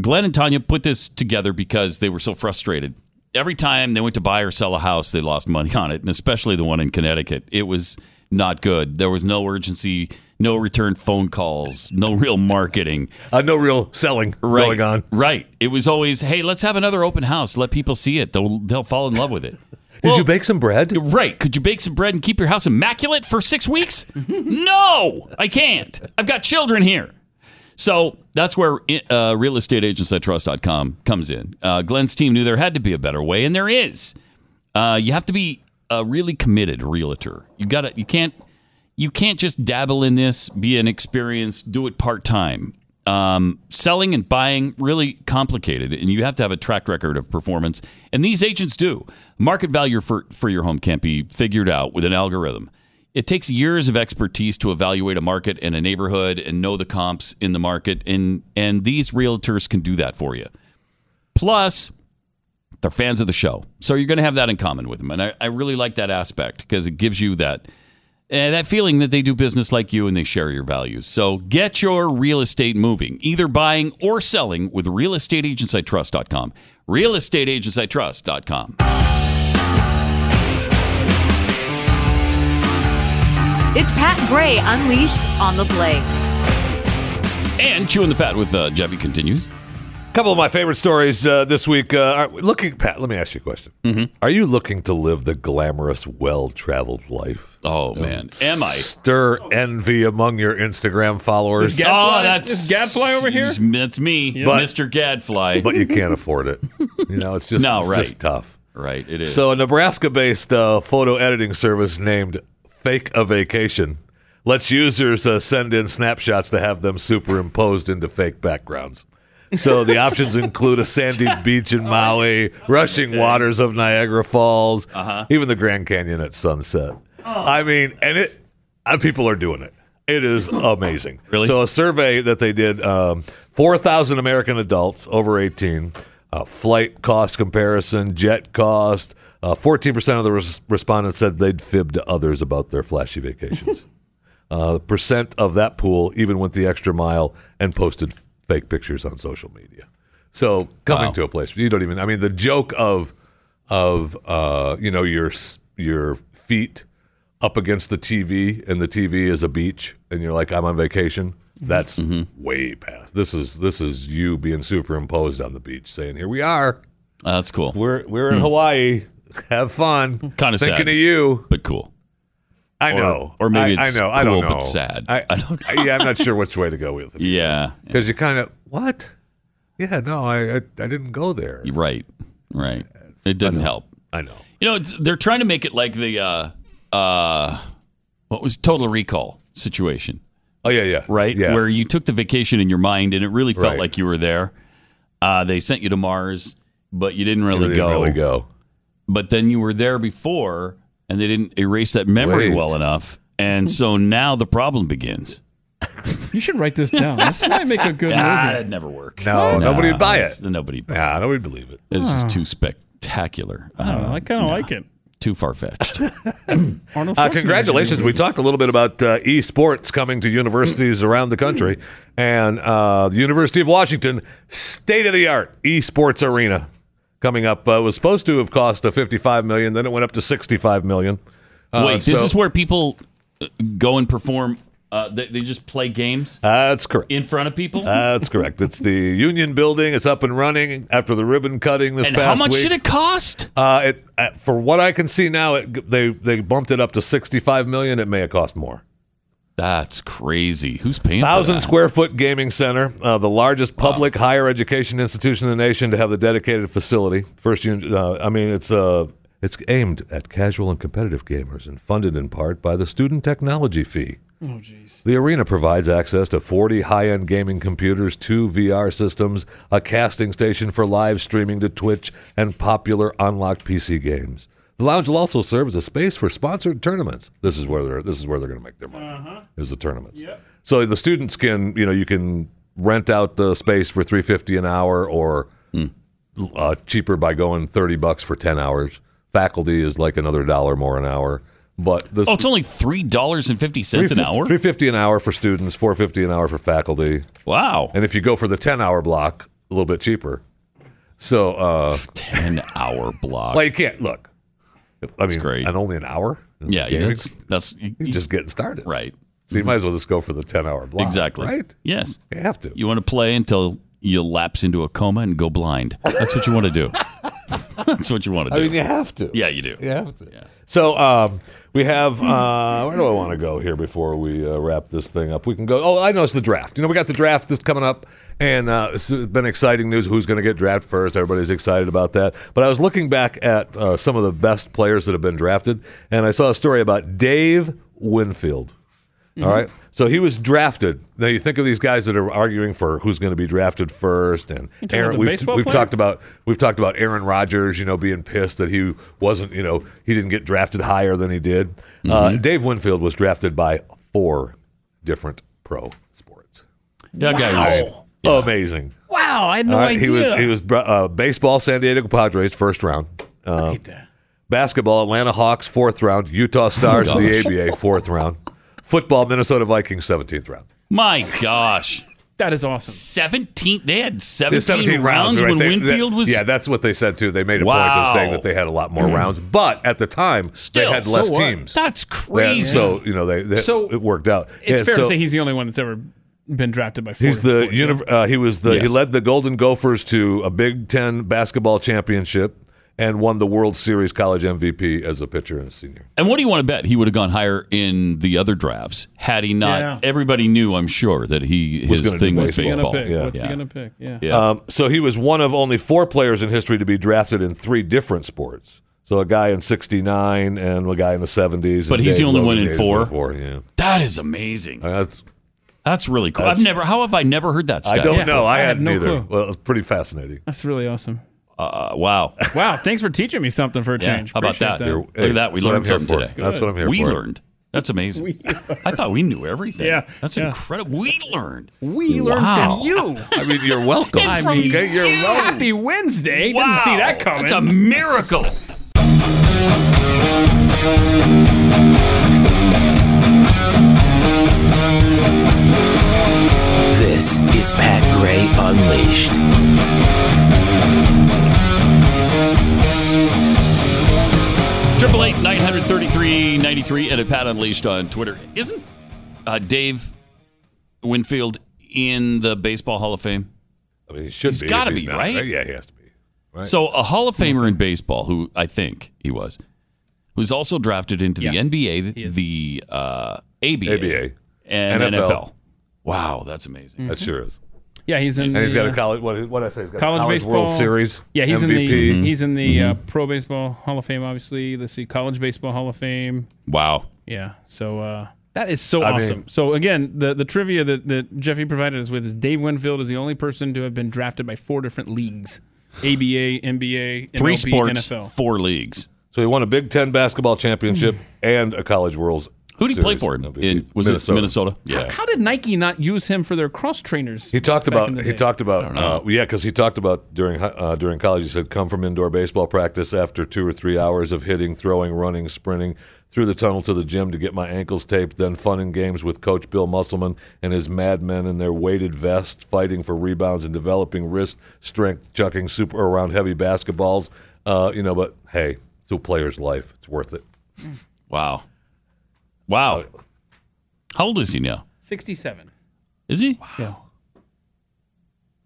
Glenn and Tanya put this together because they were so frustrated. Every time they went to buy or sell a house, they lost money on it, and especially the one in Connecticut. It was not good. There was no urgency, no return phone calls, no real marketing.
Uh, no real selling
Right.
going on.
Right. It was always, hey, let's have another open house. Let people see it. They'll they'll fall in love with it.
Did you bake some bread?
Right. Could you bake some bread and keep your house immaculate for six weeks? no, I can't. I've got children here. So that's where uh, realestateagentsitrust.com comes in. Uh, Glenn's team knew there had to be a better way, and there is. Uh, you have to be a really committed realtor. You got to. You can't. You can't just dabble in this. Be an experienced. Do it part time. Um, selling and buying really complicated, and you have to have a track record of performance. And these agents do. Market value for for your home can't be figured out with an algorithm. It takes years of expertise to evaluate a market and a neighborhood and know the comps in the market, and and these realtors can do that for you. Plus, they're fans of the show. So you're going to have that in common with them. And I, I really like that aspect because it gives you that. eh, that feeling that they do business like you and they share your values. So get your real estate moving, either buying or selling with realestateagentsitrust.com. Realestateagentsitrust.com.
It's Pat Gray Unleashed on the Blaze.
And Chewing the Fat with uh, Jeffy continues.
A couple of my favorite stories uh, this week. Uh, are looking, Pat, let me ask you a question.
Mm-hmm.
Are you looking to live the glamorous, well traveled life?
Oh, man. Am I?
Stir envy among your Instagram followers,
Gadfly?
oh, that's
This gadfly over here?
That's me,
But-
Mr. Gadfly.
but you can't afford it. You know, it's just,
No,
it's
right.
just tough.
right, it is.
So, a Nebraska based uh, photo editing service named Fake a Vacation lets users uh, send in snapshots to have them superimposed into fake backgrounds. So, the options include a sandy beach in Maui, rushing waters of Niagara Falls, even the Grand Canyon at sunset. I mean, and it, uh, people are doing it. It is amazing.
Really?
So, a survey that they did um, 4,000 American adults over 18, uh, flight cost comparison, jet cost. Uh, 14% of the res- respondents said they'd fib to others about their flashy vacations. uh, the percent of that pool even went the extra mile and posted f- fake pictures on social media. So, coming to a place you don't even, I mean, the joke of, of uh, you know, your, s- your feet up against the TV and the TV is a beach and you're like I'm on vacation.
Mm-hmm.
That's way past. This is this is you being superimposed on the beach saying here we are.
Uh, that's cool, Hmm.
We're we're in Hawaii. Have fun.
Kinda sad.
thinking of you.
but cool.
I know.
or maybe
I,
it's
I know. I don't
cool
know.
but sad.
I,
I don't
yeah, I'm not sure which way to go with it
Yeah,
because you kind of what? Yeah, no, I I, I didn't go there.
right, right. It didn't help.
I know.
You know, it's- they're trying to make it like the uh, uh, what was Total Recall situation,
Oh yeah, yeah.
right?
Yeah.
Where you took the vacation in your mind and it really felt
Right.
like you were there. Uh, they sent you to Mars, but you didn't really,
Really,
go.
really go.
But then you were there before, and they didn't erase that memory
Wait.
well enough, and so now the problem begins.
You should write this down. This might make a good
Ah,
movie.
that'd never work.
No, nobody would buy
it's-
it.
Nobody.
Nah, nobody would believe it.
It's just too spectacular.
I don't
Uh,
know. I kind of like it.
too far fetched.
Arnold
Uh,
Schwarzenegger.
congratulations. We talked a little bit about uh, esports coming to universities around the country. And uh, the University of Washington, state of the art esports arena coming up. Uh, was supposed to have cost a $55 million, then it went up to $65 million. Uh,
Wait, this
so-
is where people uh, go and perform. Uh, they, they just play games
That's correct.
in front of people.
That's correct. It's the Union Building. It's up and running after the ribbon cutting this
and
past
how much
week.
should it cost?
Uh, it uh, for what I can see now, it, they they bumped it up to sixty five million. It may have cost more.
That's crazy. Who's paying? for
Thousand
that?
square foot gaming center, uh, the largest public higher education institution in the nation to have the dedicated facility. First, uni- uh, I mean, it's uh, it's aimed at casual and competitive gamers and funded in part by the student technology fee. Oh, jeez. The arena provides access to 40 high-end gaming computers, two VR systems, a casting station for live streaming to Twitch, and popular unlocked PC games. The lounge will also serve as a space for sponsored tournaments. This is where they're this is where they're going to make their money.
Uh-huh.
Is the tournaments. So the students can, you know, you can rent out the space for 350 an hour or uh, cheaper by going 30 bucks for 10 hours. Faculty is like another dollar more an hour. But this
Oh, it's only three dollars and fifty cents an hour.
350 an hour for students, 450 an hour for faculty.
Wow,
And if you go for the 10 hour block, a little bit cheaper. So, uh,
ten hour block.
well, you can't look. I mean,
great.
and only an hour?
yeah, yeah,
Gaming?
that's that's you-
You're just getting started.
right.
So you might as well just go for the 10 hour block.
Exactly.
Right?
Yes.
You have to.
You want to play until you lapse into a coma and go blind. That's what you want to do. that's what you want to
I
do.
mean, you have to.
yeah, you do.
You have to. So um, we have. Uh, where do I want to go here before we uh, wrap this thing up? We can go. Oh, I know it's the draft. You know, we got the draft that's coming up, and uh, it's been exciting news. Who's going to get drafted first? Everybody's excited about that. But I was looking back at uh, some of the best players that have been drafted, and I saw a story about Dave Winfield.
Mm-hmm.
All right. So he was drafted. Now you think of these guys that are arguing for who's going to be drafted first, and
talking about
Aaron.
the
We've,
baseball
we've
player?
talked about we've talked about Aaron Rodgers, you know, being pissed that he wasn't, you know, he didn't get drafted higher than he did. Uh,
Mm-hmm.
Dave Winfield was drafted by four different pro sports.
That guy was
Amazing.
Wow, I had no
All right,
idea.
He was he was br- uh, baseball San Diego Padres first round. Uh, Basketball Atlanta Hawks fourth round. Utah Stars
Oh,
to the ABA fourth round. Football Minnesota Vikings seventeenth round.
my gosh.
that is awesome.
17 they had
Yeah,
17,
17
rounds,
right
when
there.
winfield
That-
was
Yeah, that's what they said too. They made a point
Wow. Mm.
of saying that they had a lot more rounds, but at the time
Still,
they had less
so what?
teams.
that's
They had-
crazy
So you know they, they-
So,
it worked out.
It's
Yeah,
fair
so
to say he's the only one that's ever been drafted by.
he's
40
the
sports,
univ- uh, he was the he
Yes.
led the Golden Gophers to a Big Ten basketball championship and won the World Series college MVP as a pitcher and a senior.
and what do you want to bet he would have gone higher in the other drafts had he not
Yeah.
everybody knew i'm sure that he his
gonna do
thing was
yeah. What's he
baseball
gonna pick?
Yeah.
What's
Yeah.
he gonna pick? Yeah.
Yeah.
Um, so he was one of only four players in history to be drafted in three different sports. So a guy in '69 and a guy in the '70s.
But
and
he's the
Dave
only one
Logan
in
Hayes
four?
was Four, yeah.
that is amazing
Uh, That's
that's really cool i've
That's-
never how have i never heard that
I
stat
don't
Yeah.
know. I, had
no
neither.
clue.
Well, it's pretty fascinating.
That's really awesome.
uh, wow
Wow, thanks for teaching me something for a
yeah.
change.
how about
Appreciate
that,
You're-
look at that we
That's what
learned
I'm here
something
for.
today
That's what I'm here
we
for.
learned that's amazing i thought we knew everything
Yeah.
that's
Yeah.
incredible we learned
We learned
Wow.
from you.
I mean, you're welcome.
And from
okay, you're
you.
welcome.
Happy Wednesday.
wow
Didn't see that coming.
it's a miracle
This is Pat Gray Unleashed.
Triple eight nine hundred thirty three 9393 and at Pat Unleashed on Twitter. Isn't uh, Dave Winfield in the Baseball Hall of Fame?
I mean, he should
He's
be. if
gotta
he's
be,
not.
right?
Yeah, he has to be. Right.
So a Hall of Famer in baseball, who I think he was, was also drafted into
Yeah.
the NBA, the uh, ABA,
ABA.
and NFL.
NFL.
Wow, that's amazing.
That sure is.
Yeah, he's in.
And he's
the,
got a
uh,
college. What what I say? He's got a
college,
college
baseball
World Series.
Oh, Yeah,
MVP.
he's in the he's in the
Mm-hmm.
uh, Pro Baseball Hall of Fame. Obviously, let's see, College Baseball Hall of Fame.
Wow.
Yeah, so uh, that is so
I mean-
awesome. so again, the the trivia that, that Jeffy provided us with is Dave Winfield is the only person to have been drafted by four different leagues: ABA, NBA, MLB,
Three sports,
NFL.
four leagues.
So he won a Big Ten basketball championship and a college World.
Who did he play
Series
for? In,
MVP.
in was it Minnesota? Yeah.
How did Nike not use him for their cross trainers?
He talked
back in
about
the
he
day?
talked about uh, yeah because he talked about during hi- uh, during college he said come from indoor baseball practice after two or three hours of hitting throwing running sprinting through the tunnel to the gym to get my ankles taped then fun and games with coach Bill Musselman and his madmen in their weighted vest fighting for rebounds and developing wrist strength chucking super around heavy basketballs uh, you know but hey it's a player's life it's worth it Uh,
Wow. Wow. How old is he now?
Sixty-seven.
Is he?
Yeah.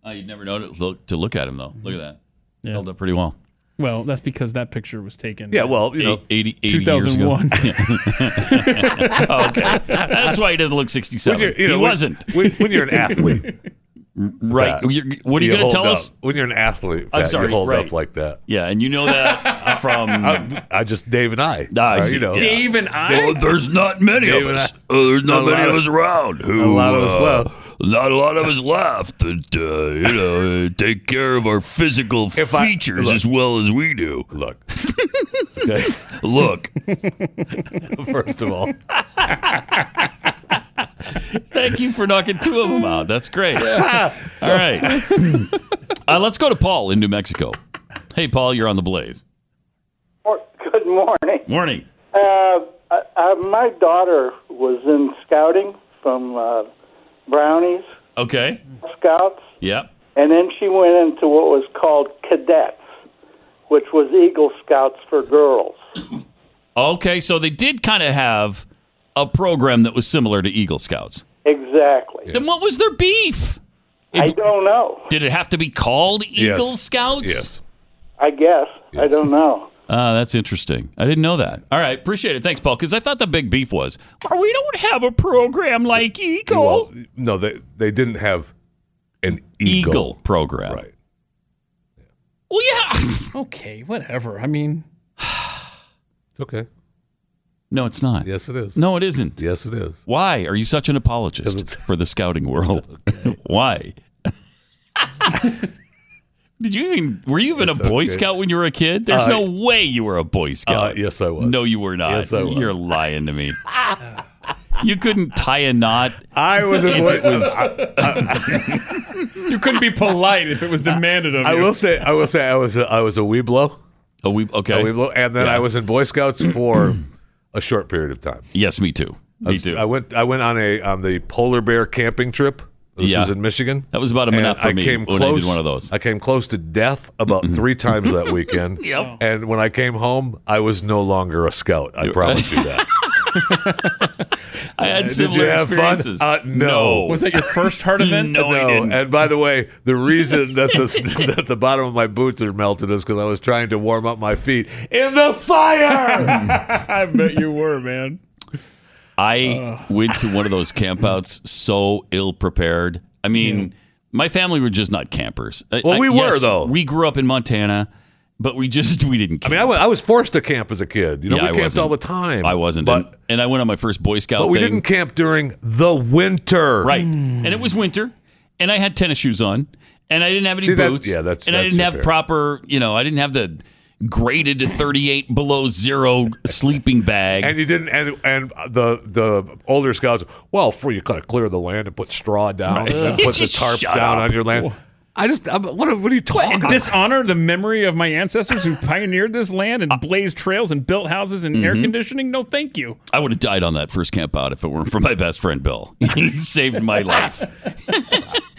Uh, you'd never know to look, to look at him though. Look at that. Held up pretty well.
Well, that's because that picture was taken.
yeah well you know
Eight- 80, 80 years ago.
2001.
That's why he doesn't look 67.
you know,
he
when-
wasn't.
when, when you're an athlete.
Right.
Pat.
You're- what are you, going
hold
to tell
up.
us?
When you're an athlete,
I'm
Pat,
sorry,
you hold
right.
up like that.
Yeah, and you know that from.
I, I just Dave and I.
Ah, I
Uh,
see.
You know,
Yeah.
Dave and I.
Well, there's not many
Dave
of
and
us.
I-
Uh, there's not
Not a
many
lot
of
of-
us around. Who,
lot of us
uh,
left.
Not a lot of us left that uh, you know uh, take care of our physical
If I-
features
look.
as well as we do.
Look. Okay.
Look,
First of all,
thank you for knocking two of them out. That's great. All right, uh, let's go to Paul in New Mexico. Hey, Paul, you're on the Blaze.
Good morning.
Morning.
Uh, I, I, my daughter was in scouting from uh, Brownies
Okay.
Scouts,
Yep.
and then she went into what was called cadets, which was Eagle Scouts for girls.
Okay, so they did kind of have a program that was similar to Eagle Scouts.
Exactly.
Then what was their beef?
I don't know.
Did it have to be called Eagle
Yes.
Scouts?
yes.
I guess I don't know.
Ah, that's interesting. I didn't know that. All right, appreciate it. Thanks, Paul. Because I thought the big beef was, well, we don't have a program like Eagle.
Well, no, they they didn't have an
Eagle.
eagle.
program.
Right.
Well, yeah.
Okay, whatever. I mean,
It's okay.
No, it's not.
Yes, it is.
No, it isn't.
Yes, it is.
Why are you such an
Because
apologist
it's-
for the scouting world? Why? Did you even were you even
It's
a Boy
okay.
Scout when you were a kid? There's
Uh,
no way you were a Boy Scout.
Uh, yes, I was.
No, you were not.
Yes, I was.
You're lying to me. you couldn't tie a knot.
I was. A
If it was-
you couldn't be polite if it was demanded of
I
you.
will say. I will say. I was. A, I was a weeblo.
Oh, we okay.
A weeblo, and then
Yeah.
I was in Boy Scouts for a short period of time.
yes, me too.
I
Me
was-
too.
I went. I went on a on the polar bear camping trip. This
Yeah.
was in Michigan.
That was about a minute
And
for me when I did one of those. Mm-hmm.
I came close to death about three times that weekend. Oh.
Yep.
And when I came home, I was no longer a scout. I promise you that.
I had
Did
similar
you have fun?
experiences.
Uh, no.
Was that your first heart event?
No, I didn't.
And by the way, the reason that the that the bottom of my boots are melted is because I was trying to warm up my feet in the fire.
I bet you were, man.
Uh.
I went to one of those campouts so ill prepared. I mean, my family were just not campers. I-
Well,
I-
we were,
yes,
though.
We grew up in Montana, but we just we didn't.
I
Camp.
mean, I wa- I was forced to camp as a kid. You know,
Yeah, I
we camped
wasn't.
all the time.
I wasn't,
but.
and, and I went on my first Boy Scout.
But we
thing.
didn't camp during the winter.
Right. And it was winter, and I had tennis shoes on, and I didn't have any
See, that-
boots.
yeah, that's-
and I
that's
didn't
your
have
fair.
proper, you know, I didn't have the graded to 38 below zero sleeping bag.
And you didn't and and the the older scouts, well, for you kind of clear the land and put straw down and then put the tarp
Shut
down
up.
on your land. I just I'm, what are- what are you talking
And
about?
dishonor the memory of my ancestors who pioneered this land
Uh,
and blazed trails and built houses
mm-hmm.
and air conditioning? No, thank you.
I would have died on that first camp out if it weren't for my best friend Bill. he saved my life.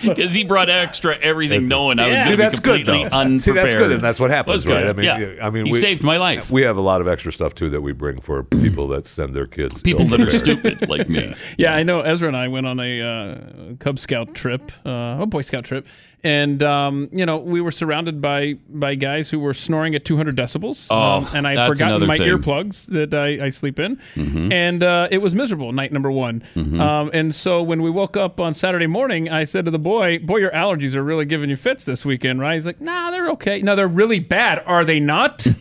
because he brought extra everything, knowing I was
Yeah.
going
See,
to be
that's good,
completely
though.
unprepared.
See, that's good, and that's what happens,
That was good.
right? I mean,
yeah.
I mean,
he
we-
saved my life.
We have a lot of extra stuff too that we bring for people that send their kids.
People that are
ill-prepared.
stupid like me.
Yeah, I know Ezra and I went on a uh, Cub Scout trip, uh, oh Boy Scout trip, and um, you know we were surrounded by by guys who were snoring at 200 decibels. Um,
Oh,
and I
that's
forgotten
another
my
thing.
earplugs that I, I sleep in,
Mhm.
and uh, it was miserable night number one.
Mhm.
Um, and so when we woke up on Saturday morning, I said to the boy, "Boy, your allergies are really giving you fits this weekend, right?" He's like, "Nah, they're okay. No, they're really bad. Are they not?"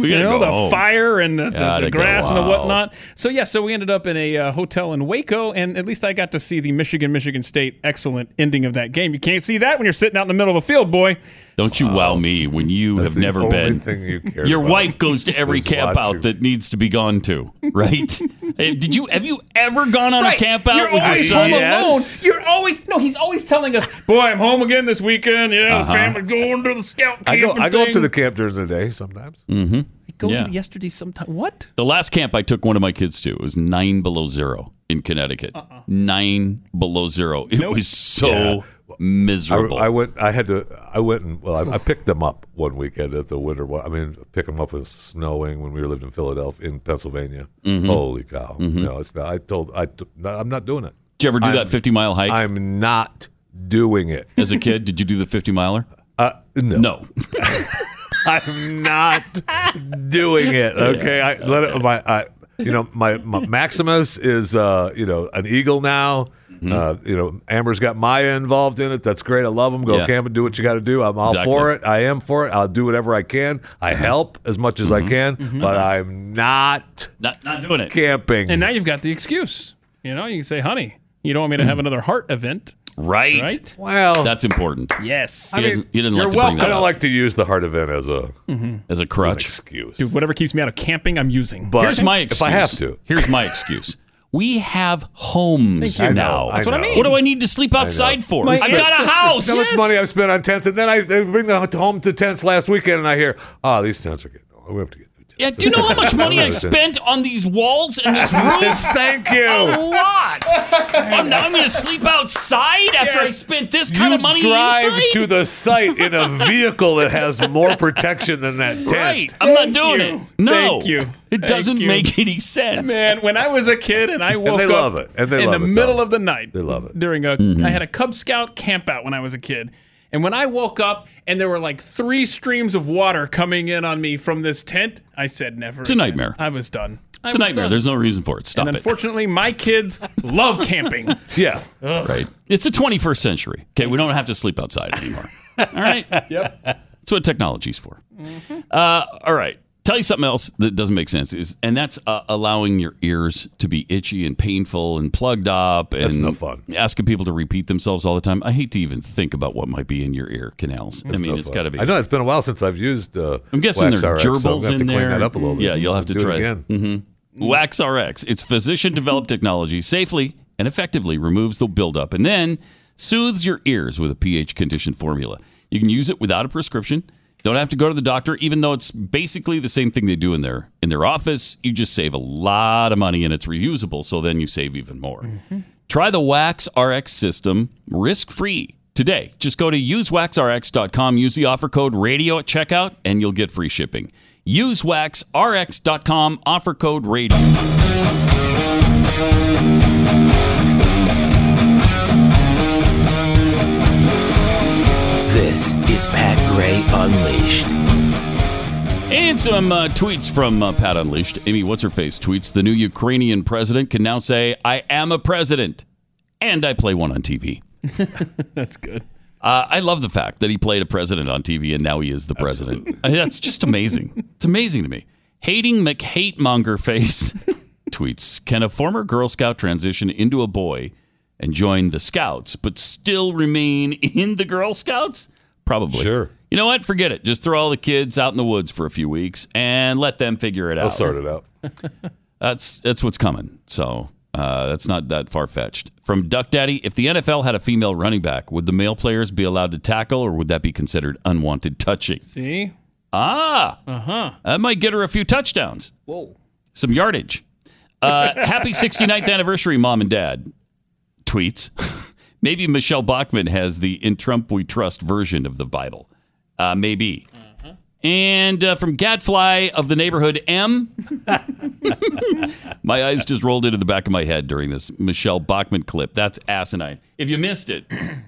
We
you
gotta
know,
go
the
home.
fire and the, the,
Gotta
the grass
go
and the
out.
whatnot. So yeah, so we ended up in a uh, hotel in Waco, and at least I got to see the Michigan Michigan State excellent ending of that game. You can't see that when you're sitting out in the middle of a field, boy.
Don't you wow me when you
That's
have
the
never
only
been.
thing you cared
Your
about.
wife goes to every
was
camp
watch
out that needs to be gone to, right? Hey, Did you have you ever gone on
Right.
a camp out
You're
with your
always
son?
home alone. You're always no. He's always telling us, "Boy, I'm home again this weekend. Yeah,
Uh-huh.
the family going to the scout
I
camp."
go.
and
I go up to
thing."
the camp during the day sometimes.
Mm-hmm.
Go
yeah.
to yesterday sometime. What?
The last camp I took one of my kids to it was nine below zero in Connecticut. Nine below zero. It
Uh-uh. Nope.
was so
Yeah. I,
miserable.
I went. I had to. I went and well, I, I picked them up one weekend at the winter. wa- I mean, pick them up was snowing when we lived in Philadelphia, in Pennsylvania.
Mhm.
Holy cow!
Mhm.
No, it's not. I told. I. t- No, I'm not doing it.
did you ever do
I'm-
that fifty mile hike
I'm not doing it.
as a kid? Did you do the fifty miler?
Uh, no.
No.
I'm not doing it. Okay, I let it. My, I, you know, my, my Maximus is, uh, you know, an eagle now.
Mm-hmm.
Uh, you know, Amber's got Maya involved in it. That's great. I love them. Go
Yeah.
camp and do what you got to do. I'm all
Exactly. Uh-huh.
for it. I am for it. I'll do whatever I can. I help as much as I can, but I'm not
Mm-hmm. Not not doing it.
camping.
And now you've got the excuse. You know, you can say, "Honey, you don't want me to have another heart event,
Right.
right?
well,
That's important.
Yes.
He doesn't, he doesn't
you're
like to
welcome.
bring
I
that
don't
up
like to use the heart event as a
Mm-hmm.
as a crutch.
excuse.
Dude, whatever keeps me out of camping, I'm using.
But-
Here's my
If
excuse.
I have to.
Here's my excuse. We have homes
Thank you. I know,
now.
I That's
what I know. mean.
What do I need to sleep outside for?
My
I've got a
ancestors-
house.
how much money I've spent on tents, and then I, I bring the home to tents last weekend, and I hear, oh, these tents are getting old. We have to get new tents.
Yeah, do you know how much money I
Another tent.
spent on these walls and this roof?
Thank
a
you.
lot. I'm, now I'm going to sleep outside after I
Yes.
spent this kind
you
of money
drive
inside.
to the site in a vehicle that has more protection than that tent.
right. I'm not
Thank
doing
you.
it. No.
Thank you.
It
Thank
doesn't
you.
make any sense.
Man, when I was a kid and I woke
they
up
love it. And they
in
love
the
it,
middle
though.
of the night.
They love it.
During a, I
Mm-hmm.
had a Cub Scout camp out when I was a kid. And when I woke up and there were like three streams of water coming in on me from this tent, I said never. It's
a nightmare.
I was done. I
It's
was
a nightmare.
done.
There's no reason for it. Stop
and
it.
unfortunately, my kids love camping.
Yeah.
Right. It's the 21st century. Okay. We don't have to sleep outside anymore. all right. Yep. That's what technology's for. Uh, all right. Tell you something else that doesn't make sense is, and that's uh, allowing your ears to be itchy and painful and plugged up. And
That's no fun.
Asking people to repeat themselves all the time. I hate to even think about what might be in your ear canals. I mean,
No
it's
fun.
got to be.
I know it's been a while since I've used. Uh,
I'm guessing
Wax
there are
RX, so I'm
gerbils
gonna have to
in there.
Clean that up a little bit.
Yeah, you'll have to
Do
try
it again.
Mm-hmm. Wax RX. It's physician developed technology, safely and effectively removes the buildup and then soothes your ears with a pH conditioned formula. You can use it without a prescription. Don't have to go to the doctor, even though it's basically the same thing they do in their in their office. You just save a lot of money and it's reusable, so then you save even more. Try the Wax RX system risk free today. Just go to usewaxrx.com, use the offer code radio at checkout, and you'll get free shipping. Usewaxrx.com, offer code radio.
This is Pat Gray Unleashed.
And some uh, tweets from uh, Pat Unleashed. Amy What's Her Face tweets The new Ukrainian president can now say, I am a president, and I play one on TV.
That's good.
Uh, I love the fact that he played a president on TV and now he is the president. I mean, that's just amazing. it's amazing to me. Hating McHatemonger face tweets Can a former Girl Scout transition into a boy and join the Scouts, but still remain in the Girl Scouts? Probably.
Sure.
You know what? Forget it. Just throw all the kids out in the woods for a few weeks and let them figure it
I'll
out.
sort it out.
That's that's what's coming. So uh, that's not that far fetched. From Duck Daddy, if the NFL had a female running back, would the male players be allowed to tackle, or would that be considered unwanted touching?
See?
Ah,
Uh huh.
that might get her a few touchdowns,
Whoa.
some yardage. Uh, happy 69th anniversary, mom and dad. Tweets. Maybe Michelle Bachman has the "In Trump We Trust" version of the Bible. Uh, maybe. And uh, from Gadfly of the neighborhood M, my eyes just rolled into the back of my head during this Michelle Bachman clip. That's asinine. If you missed it,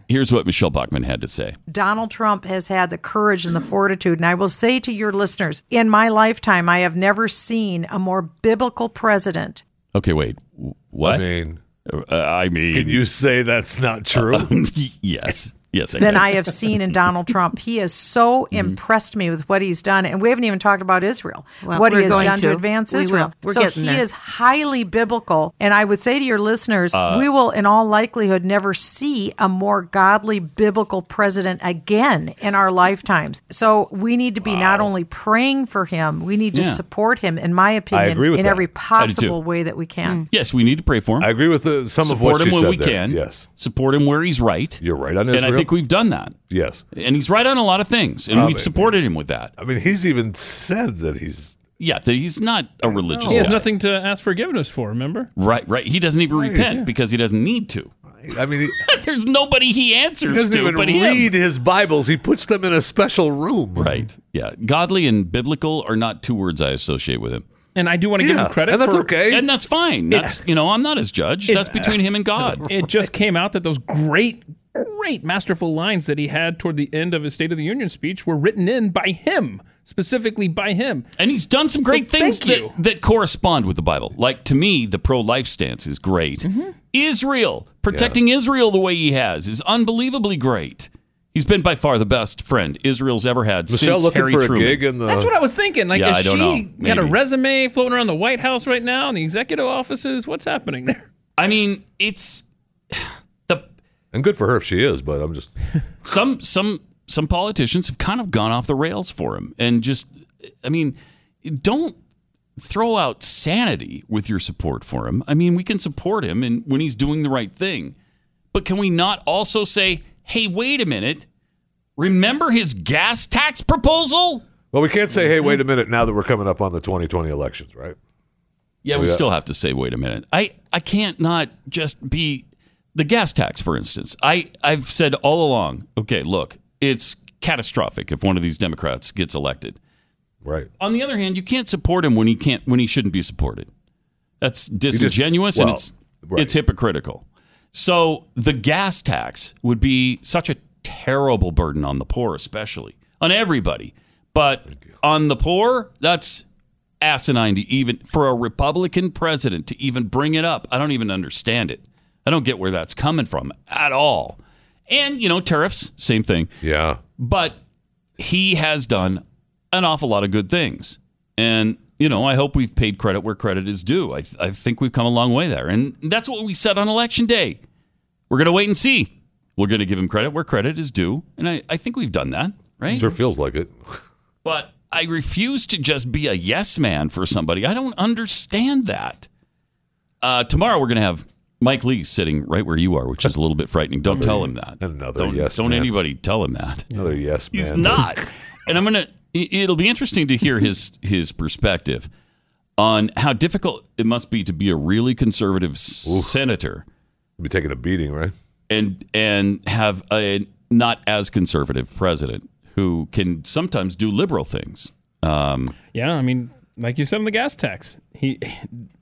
here's what Michelle Bachman had to say.
Donald Trump has had the courage and the fortitude. And I will say to your listeners, in my lifetime, I have never seen a more biblical president.
Okay, wait. W- What? I
mean,
uh, I mean,
Can you say that's not true?
yes. Yes. I
Than
can.
I have seen in Donald Trump. He has so
Mm-hmm.
impressed me with what he's done. And we haven't even talked about Israel,
Well,
what he
we're
has
going
done to,
to.
advance
We will.
Israel.
We're
so
getting
he
there.
is highly biblical. And I would say to your listeners,
Uh,
we will, in all likelihood, never see a more godly biblical president again in our lifetimes. So we need to be not only praying for him, we need to
Yeah.
support him, in my opinion,
agree with
in
that.
every
I do too.
possible way that we can.
Yes, we need to pray for him.
I agree with the, some
Support
of what
him
she
when
said
we
there.
can.
Yes.
Support him where he's right.
You're right on
And
Israel.
I think we've done that.
yes.
And he's right on a lot of things. And
Oh,
we've
baby.
supported him with that.
I mean, he's even said that he's
Yeah, that he's not a religious
He has
guy.
nothing to ask forgiveness for, remember?
Right, right. He doesn't even
Right,
repent
yeah.
because he doesn't need to.
I mean, he,
There's nobody he
he
answers
doesn't
to
even
but him.
read his Bibles. He puts them in a special room.
Right. Yeah. Godly and biblical are not two words I associate with him.
And I do want to give
Yeah,
him credit
and that's
for
okay.
And that's fine. That's you know, I'm not his judge. That's between him and God.
it just came out that those great, great, masterful lines that he had toward the end of his State of the Union speech were written in by him, specifically by him.
And he's done some great
So
things
thank
that,
you.
that correspond with the Bible. Like to me, the pro life stance is great.
Mm-hmm.
Israel, protecting Israel the way he has is unbelievably great. He's been by far the best friend Israel's ever had
Michelle
since
looking
Harry
for a
Truman.
gig in the.
That's what I was thinking. Like,
Yeah,
is
I don't
she
know.
got a
Maybe.
resume floating around the White House right now in the executive offices? What's happening there?
I mean, it's the
and good for her if she is, but I'm just.
some some some politicians have kind of gone off the rails for him and just I mean, don't throw out sanity with your support for him. I mean, we can support him and when he's doing the right thing. But can we not also say, "Hey, wait a minute. Remember his gas tax proposal?"
Well, we can't say, hey, wait a minute, now that we're coming up on the 2020 elections, right?
Yeah, we
Yeah.
still have to say, wait a minute. I, I can't not just be the gas tax, for instance. I, I've said all along, okay, look, it's catastrophic if one of these Democrats gets elected.
Right.
On the other hand, you can't support him when he can't when he shouldn't be supported. That's disingenuous and
well,
it's
right.
it's hypocritical. So the gas tax would be such a terrible burden on the poor, especially on everybody, but on the poor, that's asinine to even for a Republican president to even bring it up. I don't even understand it. I don't get where that's coming from at all. And you know, tariffs, same thing
Yeah.
but he has done an awful lot of good things. And, you know, I hope we've paid credit where credit is due. I, th- I think we've come a long way there. And that's what we said on election day. We're going to wait and see. We're going to give him credit where credit is due. And I, I think we've done that, right?
Sure feels like it.
But I refuse to just be a yes man for somebody. I don't understand that. Uh, tomorrow we're going to have Mike Lee sitting right where you are, which is a little bit frightening. Don't tell him that.
another
don't,
yes
Don't
man.
anybody tell him that.
Another yes man.
He's not. and I'm gonna. it- It'll be interesting to hear his his perspective on how difficult it must be to be a really conservative senator
Be taking a beating, right?
and and have a not as conservative president who can sometimes do liberal things. Um,
Yeah, I mean, like you said on the gas tax, he,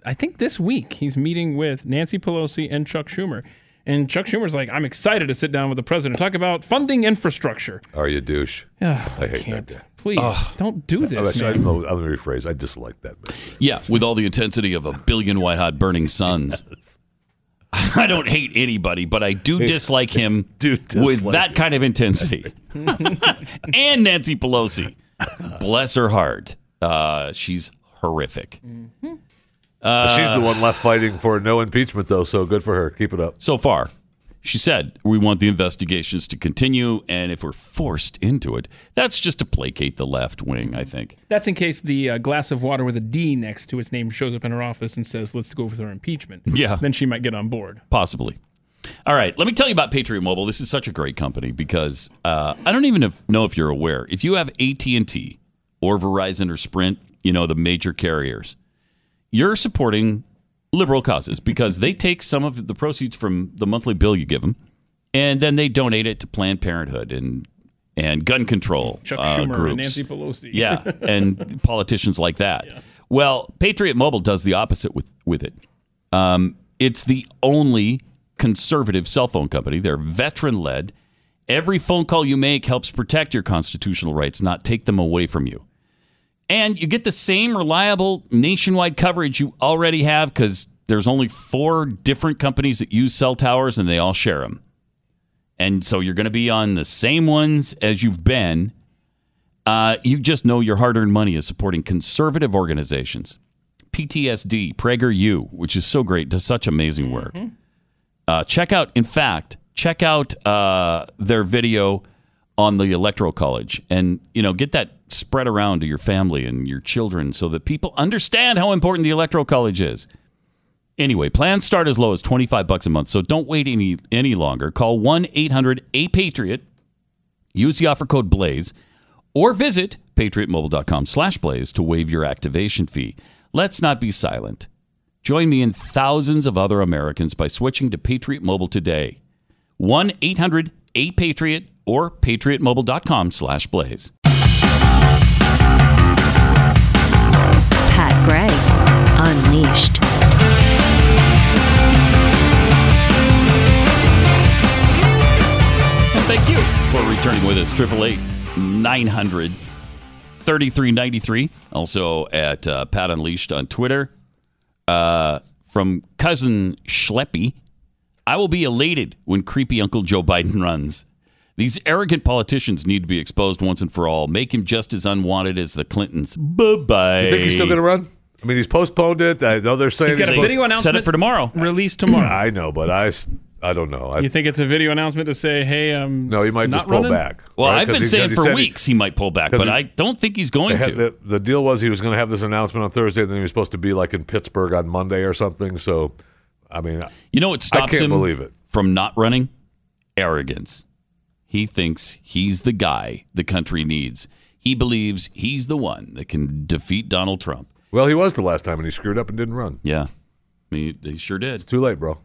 I think this week he's meeting with Nancy Pelosi and Chuck Schumer, and Chuck Schumer's like, I'm excited to sit down with the president and talk about funding infrastructure.
Are you a douche?
Ugh,
I hate that
can't.
guy.
Please don't do
Oh,
this,
actually, I,
man.
no, let me rephrase. I dislike that man.
yeah, with all the intensity of a billion white hot burning suns. I don't hate anybody, but I do dislike him
do
with
dislike
that
him.
kind of intensity. and Nancy Pelosi, bless her heart, uh, she's horrific. Uh,
She's the one left fighting for no impeachment, though, so good for her. Keep it up.
So far, she said we want the investigations to continue, and if we're forced into it, that's just to placate the left wing. I think.
That's in case the uh, glass of water with a D next to its name shows up in her office and says, "Let's go with her impeachment."
Yeah.
then she might get on board.
possibly. All right, let me tell you about Patriot Mobile. This is such a great company because uh, I don't even if- know if you're aware. If you have AT and T or Verizon or Sprint, you know the major carriers, you're supporting liberal causes because they take some of the proceeds from the monthly bill you give them and then they donate it to Planned Parenthood and and gun control
Chuck
uh,
Schumer and
groups.
Nancy Pelosi.
yeah, and politicians like that. Well, Patriot Mobile does the opposite with with it. Um, it's the only conservative cell phone company. They're veteran led. Every phone call you make helps protect your constitutional rights, not take them away from you. And you get the same reliable nationwide coverage you already have because there's only four different companies that use cell towers and they all share them. And so you're going to be on the same ones as you've been. Uh, you just know your hard earned money is supporting conservative organizations. PTSD, PragerU, which is so great, does such amazing work. Uh, check out, in fact, check out uh, their video on the electoral college and you know get that spread around to your family and your children so that people understand how important the electoral college is anyway plans start as low as 25 bucks a month so don't wait any any longer call 1-800 a patriot use the offer code blaze or visit patriotmobile.com slash blaze to waive your activation fee let's not be silent join me and thousands of other americans by switching to patriot mobile today 1-800 a patriot or patriotmobile.com slash blaze
Pat Gray Unleashed.
And thank you for returning with us. 888 900 3393. Also at uh, Pat Unleashed on Twitter. Uh, from cousin Schleppy I will be elated when creepy Uncle Joe Biden runs. These arrogant politicians need to be exposed once and for all. Make him just as unwanted as the Clintons. Bye bye.
You think he's still going to run? I mean, he's postponed it. I know they're saying
He's got a
supposed-
video announcement.
tomorrow.
Released tomorrow.
I know, but I, s- I don't know. I,
you think it's a video announcement to say, "Hey, um,
no, he might
not
just pull
running?
back.
Well,
right?
I've
'Cause
been
he- 'cause
saying
he
for
said he-
weeks he might pull back,
'Cause
but
he-
I don't think he's going
they
to.
had- The, the deal was he was going to have this announcement on Thursday, and then he was supposed to be like in Pittsburgh on Monday or something. So, I mean,
You know what stops
can't
him
believe it.
from not running? Arrogance. He thinks he's the guy the country needs. He believes he's the one that can defeat Donald Trump.
well, he was the last time, and he screwed up and didn't run.
Yeah. I mean, they sure did.
It's too late, bro.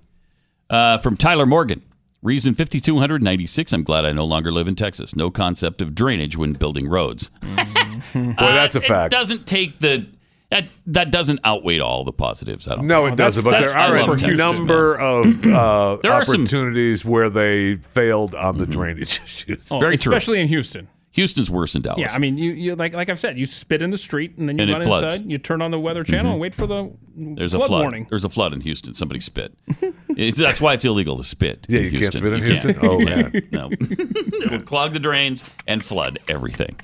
Uh, from Tyler Morgan. Reason 5296. I'm glad I no longer live in Texas. No concept of drainage when building roads. Uh,
Boy, that's a
It
fact.
doesn't take the. That, that doesn't outweigh all the positives. I don't
No,
think.
it doesn't. But
that's-
there
I
are
love
a
Texas,
number of uh,
There are some- Mm-hmm.
opportunities where they failed on the drainage issues.
Oh,
Very true.
especially in Houston.
Houston's worse than Dallas.
Yeah, I mean, you, you like like I've said, you spit in the street and then you
And it
run
floods. Mm-hmm.
inside. You turn on the weather channel and wait for the
There's
flood
a flood.
warning.
There's a flood in Houston. Somebody spit. It- that's why it's illegal to spit.
Yeah,
in
you can't
Houston.
spit in
You can't.
Houston? Oh,
You can't. No, it will clog the drains and flood everything.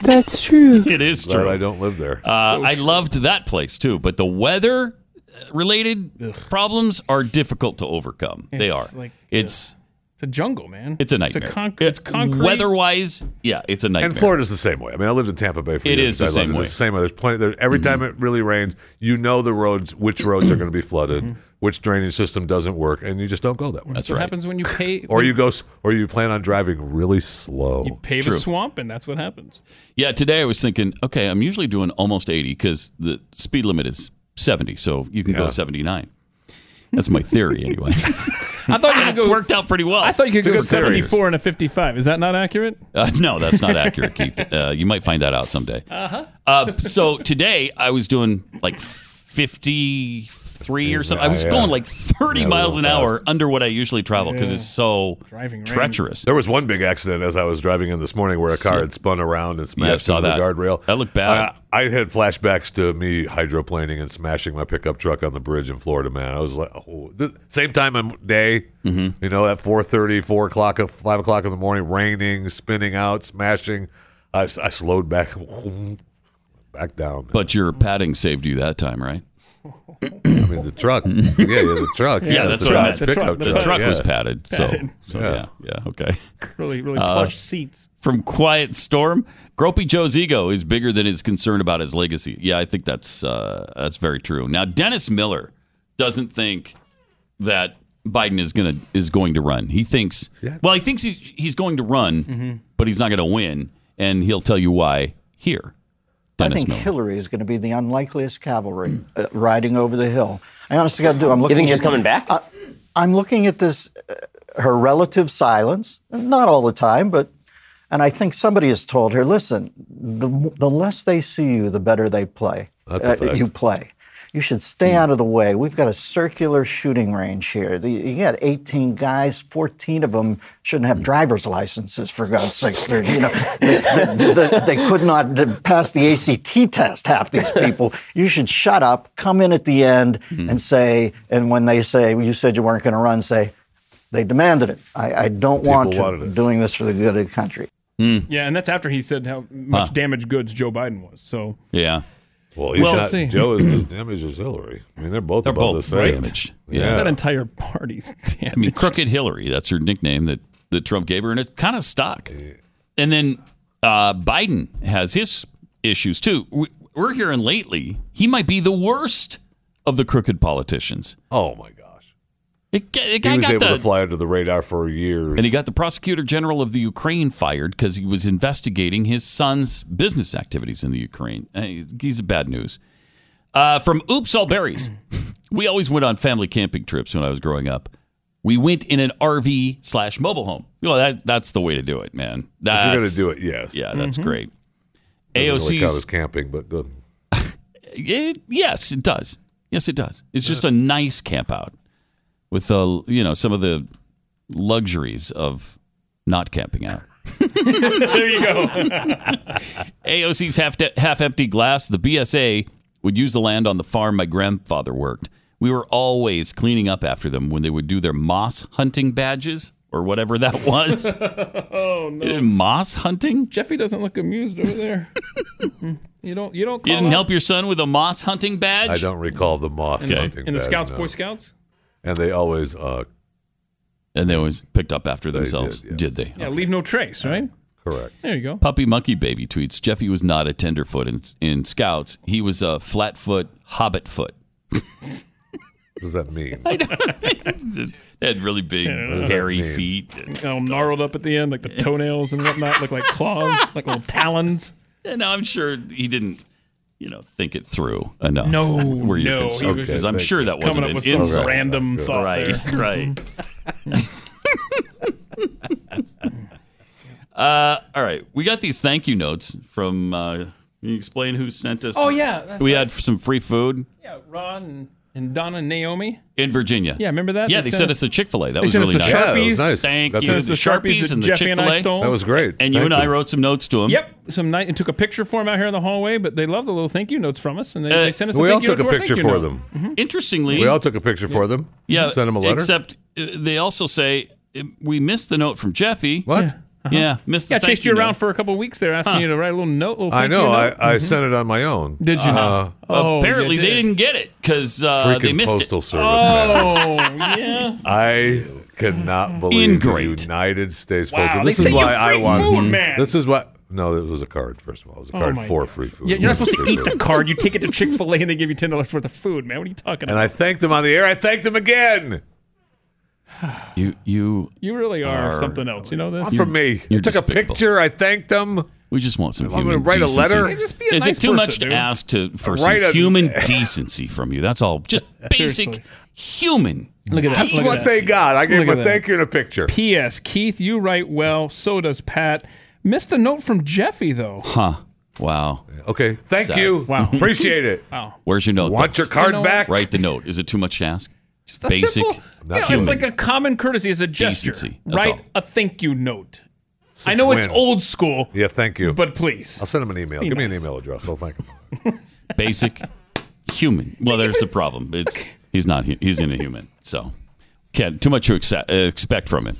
That's true.
It is
Glad
true.
I don't live there.
Uh, I loved that place too, but the weather uh, related problems are difficult to overcome. they are.
It's like-
it's
It's a jungle, man.
it's a nightmare.
It's, a conc- it's concrete.
Weather wise, yeah, it's a nightmare.
And Florida's the same way. I mean, I lived in Tampa Bay for
It
years.
is the
I lived
same
in
way. Mm-hmm.
It's the same way. There's plenty. There, every time it really rains, you know the roads, which roads are going to be flooded, which drainage system doesn't work, and you just don't go that way.
Mm-hmm. That's
What
right.
happens when you pay?
Or you go, s- or you plan on driving really slow.
you pave
True.
a swamp, and that's what happens.
Yeah, today I was thinking, okay, I'm usually doing almost 80 because the speed limit is 70, so you can go
Yeah.
79. That's my theory, anyway.
I thought you could
That's
go.
worked out pretty well.
I thought you could
a
go
good theory.
74 and a 55. Is that not accurate?
Uh, no, that's not accurate, Keith. Uh, you might find that out someday. Uh-huh. so today I was doing like 53 or something. I was
Yeah, yeah.
going like 30
Yeah, a
miles an
little
hour under what I usually travel because it's so
Driving range.
treacherous.
There was one big accident as I was driving in this morning where a car had spun around and smashed
saw
into
that.
the guardrail.
That looked bad.
I, I had flashbacks to me hydroplaning and smashing my pickup truck on the bridge in Florida. Man, I was like, oh, the same time of day,
Mm-hmm.
you know, at 4.30, 4 o'clock, of- five o'clock in the morning, raining, spinning out, smashing. I, s- I slowed back, back down.
But your padding saved you that time, right?
I mean, the truck. yeah, yeah, the truck. Yeah,
that's
the
what I
Dodge
meant. The
pickup
truck- the
The
Right,
truck
yeah.
was padded. So, so yeah.
Yeah.
yeah, okay. Uh,
Really, really plush seats.
From Quiet Storm, Gropey Joe's ego is bigger than his concern about his legacy. Yeah, I think that's uh, that's very true. Now, Dennis Miller doesn't think that Biden is gonna is going to run. He thinks well, he thinks he's, he's going to run, but he's not going to win, and he'll tell you why here.
I
Dennis
think
Miller.
Hillary is going to be the unlikeliest cavalry uh, riding over the hill. I honestly got to do. I'm looking. You think she's coming back? I, I'm looking at this uh, her relative silence, not all the time, but, and I think somebody has told her, listen, the, the less they see you, the better they play. uh,
That's a fact. Hmm.
you play. You should stay out of the way. We've got a circular shooting range here. The- You got 18 guys, 14 of them shouldn't
Hmm.
have driver's licenses, for God's sakes. They're, You know, they, they- they- they could not pass the ACT test, half these people. You should shut up, come in at the end, and say, and when they say, well, you said you weren't going to run, say, they demanded it. I, I don't want to.
wanted
I'm doing this for the good of the country.
Hmm.
Yeah, and that's after he said how much
Huh.
damaged goods Joe Biden was. So
Yeah.
Well, he's
Well,
not,
let's see.
Joe is as damaged as Hillary. I mean, they're both
They're
about
both
the same.
damaged.
Yeah.
that entire party's
I mean, Crooked Hillary, that's her nickname that, that Trump gave her, and it kind of stuck. And then uh, Biden has his issues too. We- We're hearing lately he might be the worst of the crooked politicians.
Oh, my gosh.
It, the
He
guy
was
got
able
the,
to fly under the radar for years.
and he got the prosecutor general of the Ukraine fired because he was investigating his son's business activities in the Ukraine. Hey, He's bad news. Uh, from Oops All Berries. We always went on family camping trips when I was growing up. We went in an RV slash mobile home. Well, that, that's the way to do it, man.
If
That's,
you're going to do it, yes.
Yeah, that's great.
Doesn't really count
AOC's
as camping, but good.
it, yes, it does. Yes, it does. It's just a nice camp out with the you know some of the luxuries of not camping out.
there you go.
AOC's half half empty glass. The BSA would use the land on the farm my grandfather worked. We were always cleaning up after them when they would do their moss hunting badges or whatever that was.
oh
Eh,
no,
moss hunting?
Jeffy doesn't look amused over there. Mhm. you don't. You don't. Call
You didn't
out
help your son with a moss hunting badge?
I don't recall the moss.
in the,
hunting
in the
badge,
Scouts,
no.
Boy Scouts.
And they always uh,
And they always picked up after themselves, did, they?
Yeah, leave no trace. Right.
Correct.
There you go.
Puppy Monkey Baby tweets Jeffy was not a tenderfoot in, in Scouts. He was a flatfoot hobbit foot.
What does that mean?
I don't, just, they had really big,
Yeah.
hairy
What does that
feet.
All gnarled up at the end, like the toenails and whatnot, look like claws, like little talons.
And I'm sure he didn't, you know, think it through enough.
No,
were you
no,
concerned?
he was
Because
just
I'm sure that
coming
wasn't
up
an
with some
insult.
random thought
Right,
there.
right. uh, all right, we got these thank you notes from. Uh, can you explain who sent us?
Oh, yeah, that's
we
right.
had some free food
Yeah, Ron and, and Donna and Naomi.
in Virginia.
Yeah, remember that?
Yeah, they, sent us a Chick Fil A. That was
sent us
really
the
nice.
Yeah, that was Sharpies. nice.
Thank
That's
you.
nice.
The Sharpies and the
Jeffy
Chick
and I
Fil A.
stole.
That was great.
And you
Thank
and I wrote some notes to him.
Yep, some night and took a picture for him out here in the hallway, but they love the little thank you notes from us, and they,
Uh, Mm-hmm.
they sent us.
We
a
all
thank you
took a
note to our
picture
thank you
for
note.
them.
Interestingly,
We all took a picture for them.
Yeah,
Sent them a letter.
Except uh, they also say uh, we missed the note from Jeffy.
What?
Yeah, yeah missed.
Uh-huh.
The
Yeah,
thank
chased you around
note. Mm-hmm.
for a couple of weeks there, asking you to write a little note, little. Thank
I know.
You
I,
note.
I sent it on my own.
Mm-hmm. Did you?
Uh-huh.
Uh,
oh,
Apparently,
you
they didn't get it because uh,
freaking
they missed
postal
it.
service. man.
Oh, yeah.
I cannot believe
Ingrate.
the United States
Wow,
Postal.
they
This is
sent you
why I
free
want. Mm.
food, man.
This is what. No, it was a card. First of all, it was a
Oh
card
my
for
gosh.
free food.
Yeah, you're not supposed to
Free
eat the
food.
card. You take it to Chick Fil A and they give you ten dollars worth of food, man. What are you talking
And
about?
I thanked him on the air. I thanked him again.
You, you,
You really are
Are-
something else. You know this.
Not for me. I
you're
took a
despicable.
picture. I thanked him.
we just want some
Um, I'm
human
gonna write a
decency.
letter. Hey,
just be a
Is
nice
it too
person,
much
dude.
to ask to for
Write
some
a-
human decency from you? That's all. Just basic
Seriously.
human.
Look at that.
That's
decency.
Look at
what
that.
they got. I gave
Look
him
at
a
that.
thank you and a picture.
P.S. Keith, you write well. So does Pat. Missed a note from Jeffy though.
Huh? Wow.
Okay. Thank
Sad.
you.
Wow.
Appreciate it.
Where's your note?
Want
though?
your card
know
back?
Write the note. Is it too much to ask?
Just a
Basic
simple.
Not
you know,
human.
it's like a common courtesy as a gesture.
Decency, that's
Write
all.
a thank you note. I know it's
win.
old school,
Yeah. Thank you.
but please.
I'll send him an email.
Be
Give me
nice.
an email address. I'll thank him.
basic human. Well, there's the problem. It's he's not hu- he's in a human, so can't too much to accept, uh, expect from it.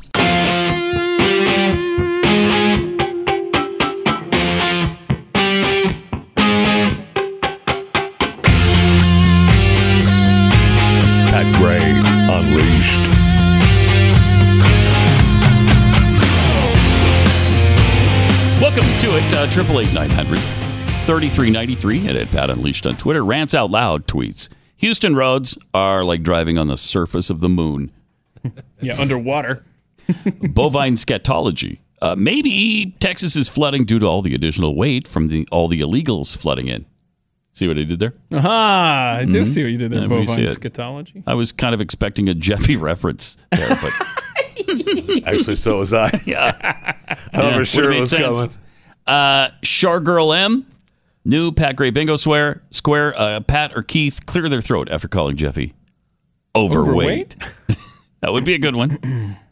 Pat Gray Unleashed.
Welcome to it. uh, Triple eight nine hundred thirty three ninety three and at Pat Unleashed on Twitter. Rants out loud tweets. Houston roads are like driving on the surface of the moon.
Yeah, underwater.
Bovine scatology. Uh, maybe Texas is flooding due to all the additional weight from the all the illegals flooding in. See what I did there?
Aha! I do see what you did there,
Yeah, we see
bovine
it.
scatology.
I was kind of expecting a Jeffy reference there, but
Actually, so was I.
yeah.
I
Yeah,
was sure
would've
it
made
was
sense.
coming.
Uh, Char Girl M, new Pat Gray Bingo Square. Square. Uh, Pat or Keith clear their throat after calling Jeffy overweight. that would be a good one.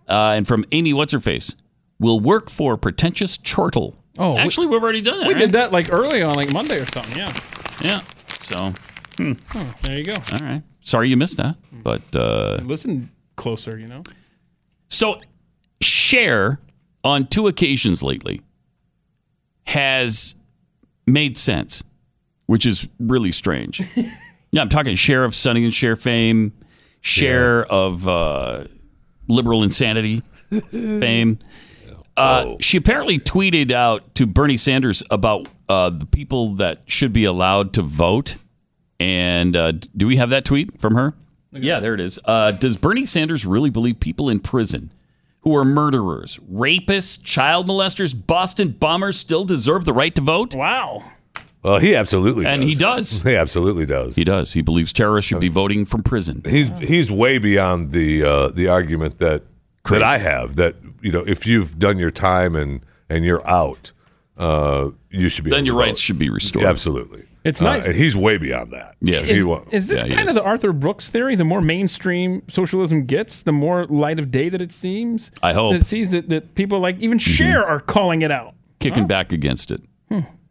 Uh, and from Amy, what's her face? Will work for pretentious chortle.
Oh,
actually, we, have already done that.
We
right?
did that like early on, like Monday or something. Yeah.
Yeah. So hmm,
Oh, there you go.
All right. sorry you missed that, but uh,
Listen closer, you know.
So, Cher, on two occasions lately, has made sense, which is really strange. yeah, I'm talking Cher of Sunny and Cher fame, Cher of uh, liberal insanity fame. Uh, she apparently tweeted out to Bernie Sanders about uh, the people that should be allowed to vote. And uh, d- do we have that tweet from her? Yeah, there it is. Uh, does Bernie Sanders really believe people in prison who are murderers, rapists, child molesters, Boston bombers still deserve the right to vote?
Wow.
Well, he absolutely
And he does.
He absolutely does. He
does. He believes terrorists should be voting from prison.
He's he's way beyond the uh, the argument that
Crazy.
that I have that you know if you've done your time and and you're out, uh, you should be
Then
able to
your rights
vote.
should be restored.
Absolutely,
It's
Uh,
nice.
and he's way beyond that.
Yes.
He
Is,
won't-
is this kind of the Arthur Brooks theory? The more mainstream socialism gets, the more light of day that it seems.
I hope. Mm-hmm.
It sees that, that people like even Cher are calling it out.
Kicking back against it.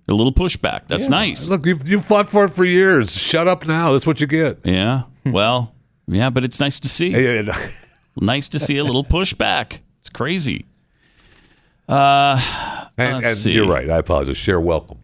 A little pushback. That's
Hmm. Yeah.
nice.
Look, you've, you've fought for it for years. Shut up now. That's what you get.
Yeah.
Hmm.
Well, yeah, but it's nice to see.
Hey, and-
nice to see a little pushback. It's crazy. Uh,
And,
let's
and
see.
you're right. I apologize. Share welcome.